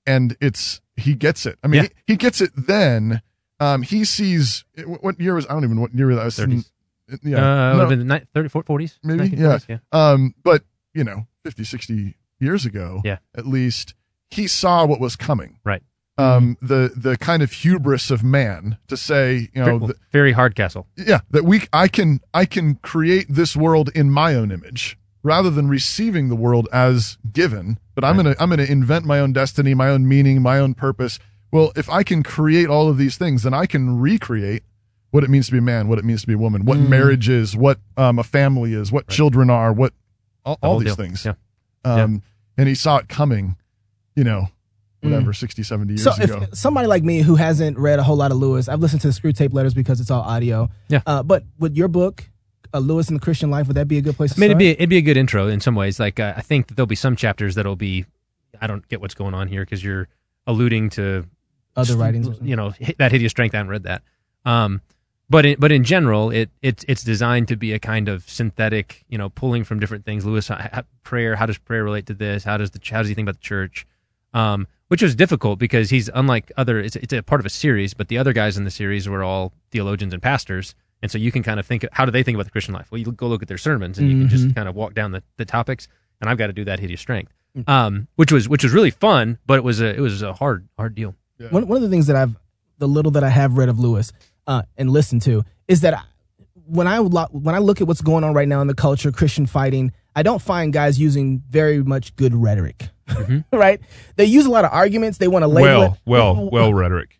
S1: and it's he gets it. I mean,
S8: Yeah.
S1: he, he gets it. Then um, he sees what, what year was I don't even know what year that was.
S8: 30s.
S1: Yeah,
S8: Uh, it
S1: No,
S8: would have been the ni- 30, 40s,
S1: maybe
S8: 1940s,
S1: yeah. um but you know 50 60 years ago
S8: Yeah.
S1: at least he saw what was coming
S8: Right.
S1: um the the kind of hubris of man to say you know
S8: Very-
S1: th-
S8: very hardcastle.
S1: yeah that we i can i can create this world in my own image rather than receiving the world as given but i'm gonna i'm gonna invent my own destiny my own meaning my own purpose well if i can create all of these things then i can recreate what it means to be a man what it means to be a woman what
S8: Mm.
S1: marriage is what um, a family is what children are what all,
S8: The
S1: all
S8: whole
S1: these
S8: deal.
S1: things
S8: Yeah.
S1: um and he saw it coming you know whatever
S3: Mm.
S1: sixty, seventy 60 70 years
S3: So if
S1: ago
S3: somebody like me who hasn't read a whole lot of Lewis, I've listened to the screw tape letters because it's all audio.
S8: Yeah.
S3: Uh, but with your book, uh, Lewis and the Christian Life, would that be a good place to
S8: I mean, it'd
S3: start?
S8: be it'd be a good intro in some ways. Like uh, I think that there'll be some chapters that'll be, I don't get what's going on here because you're alluding to
S3: Other writings or something.
S8: You know hi- that hideous strength. I haven't read that. Um, but in, but in general, it it's it's designed to be a kind of synthetic, you know, pulling from different things. Lewis, h- h- prayer. How does prayer relate to this? How does the ch- how does he think about the church? Um, which was difficult because he's unlike other. It's it's a part of a series, but the other guys in the series were all theologians and pastors, and so you can kind of think how do they think about the Christian life? Well, you go look at their sermons, and you can
S3: Mm-hmm.
S8: just
S2: Mhm.
S8: kind of walk down the, the topics. And I've got to do that hideous strength, um, which was which was really fun, but it was a it was a hard hard deal.
S3: one, one of the things that I've, the little that I have read of Lewis uh, and listened to, is that I, when I lo- when I look at what's going on right now in the culture, Christian fighting, I don't find guys using very much good rhetoric. right? They use a lot of arguments. They want to label it.
S7: well, well, well, rhetoric.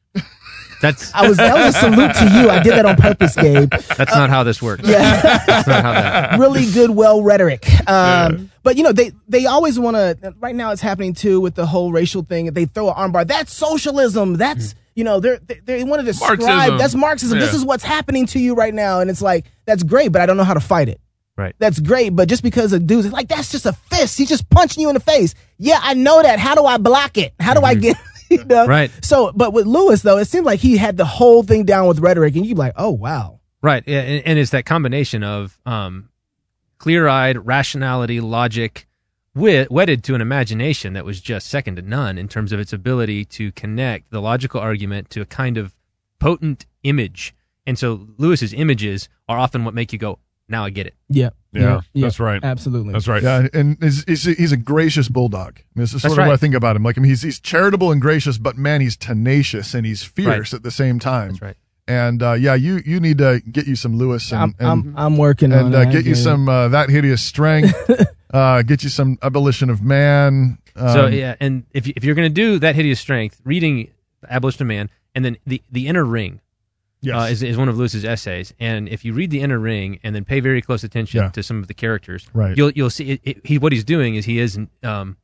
S8: That's
S3: I was that was a salute to you. I did that on purpose, Gabe.
S8: That's not how this works.
S3: Yeah.
S8: That's not how that.
S3: really good, well rhetoric. Um, But you know, they they always want to. Right now, it's happening too with the whole racial thing. They throw an armbar. That's socialism. That's you know, they're, they they want to describe
S7: Marxism.
S3: that's Marxism. This
S7: Yeah.
S3: is what's happening to you right now, and it's like that's great, but I don't know how to fight it.
S8: Right.
S3: That's great, but just because a dude's it's like that's just a fist. He's just punching you in the face. Yeah, I know that. How do I block it? How do I get? You know?
S8: Right.
S3: Uh, So, but with Lewis though, it seemed like he had the whole thing down with rhetoric, and you'd be like, oh wow.
S8: Right. Yeah, And, and it's that combination of um, clear eyed rationality, logic, wit, wedded to an imagination that was just second to none in terms of its ability to connect the logical argument to a kind of potent image. And so Lewis's images are often what make you go, now I get it.
S3: Yeah.
S7: Yeah, that's right.
S3: Absolutely.
S7: That's right.
S1: Yeah, and he's, he's, he's a gracious bulldog. I mean, this is sort
S8: That's
S1: of what I
S8: right.
S1: think about him. Like, I mean, he's he's charitable and gracious, but man, he's tenacious and he's fierce at the same time. That's
S8: right.
S1: And uh, yeah, you you need to get you some Lewis and
S3: I'm,
S1: and,
S3: I'm, I'm working on
S1: and
S3: it.
S1: uh,
S3: I
S1: get you
S3: agree.
S1: some uh, that hideous strength. uh, get you some abolition of man. Um,
S8: so yeah, uh, and if you, if you're going to do that hideous strength, reading Abolition of Man, and then the the inner ring,
S1: Yes.
S8: uh, is is one of Lewis's essays. And if you read the inner ring and then pay very close attention
S1: Yeah.
S8: to some of the characters,
S1: Right.
S8: you'll you'll see it, it, he what he's doing is he is um,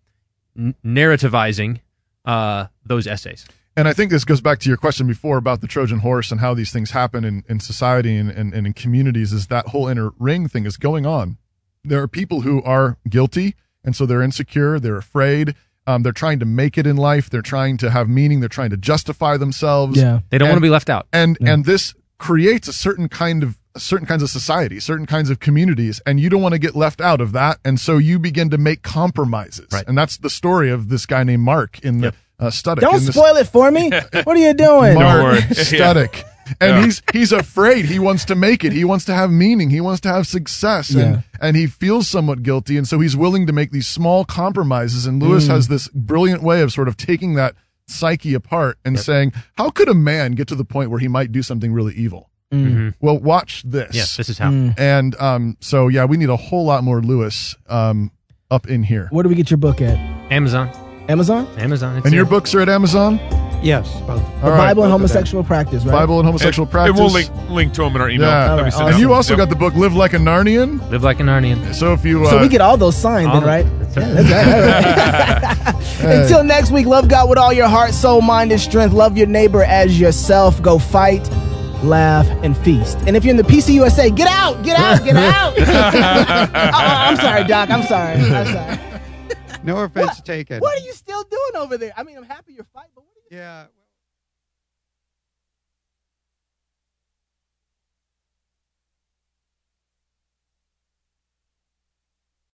S8: n- narrativizing uh, those essays.
S1: And I think this goes back to your question before about the Trojan horse and how these things happen in, in society and, and, and in communities is that whole inner ring thing is going on. There are people who are guilty, and so they're insecure, they're afraid, um, they're trying to make it in life, they're trying to have meaning, they're trying to justify themselves.
S3: Yeah.
S8: They don't
S1: And-
S8: want to be left out.
S1: and and this creates a certain kind of certain kinds of society certain kinds of communities and you don't want to get left out of that and so you begin to make compromises
S8: Right.
S1: and that's the story of this guy named mark in the uh, Studdock.
S3: Don't
S1: in this-
S3: spoil it for me. what are you doing?
S1: mark
S7: worry. Yeah.
S1: Studdock. and
S7: Yeah.
S1: he's he's afraid he wants to make it he wants to have meaning he wants to have success
S3: Yeah.
S1: and and he feels somewhat guilty and so he's willing to make these small compromises and lewis
S3: Mm.
S1: has this brilliant way of sort of taking that psyche apart and saying how could a man get to the point where he might do something really evil
S3: Mm.
S8: Mm-hmm.
S1: well, watch this.
S8: Yes, this is how.
S1: And um, so yeah, we need a whole lot more Lewis um, up in here.
S3: Where do we get your book at?
S8: Amazon,
S3: Amazon?
S8: Amazon, it's
S1: And your
S8: there.
S1: books are at Amazon,
S11: Yes, both.
S3: The
S1: right,
S3: Bible and
S11: both of them.
S3: Homosexual Practice, right?
S1: Bible and Homosexual Practice.
S7: And we'll link link to him in our email.
S1: Yeah.
S7: That'd be sent
S1: And
S7: out.
S1: you also
S7: Yep.
S1: got the book Live Like a Narnian.
S8: live like a Narnian.
S1: So if you uh,
S3: so we get all those signed,
S8: All
S3: then,
S8: of-
S3: right? Until next week, love God with all your heart, soul, mind, and strength. Love your neighbor as yourself. Go fight, laugh, and feast. And if you're in the PCUSA, get out, get out, get out. Oh, I'm sorry, Doc. I'm sorry. I'm sorry.
S11: No offense taken.
S3: What are you still doing over there? I mean, I'm happy you're fighting, but what are you
S11: Yeah.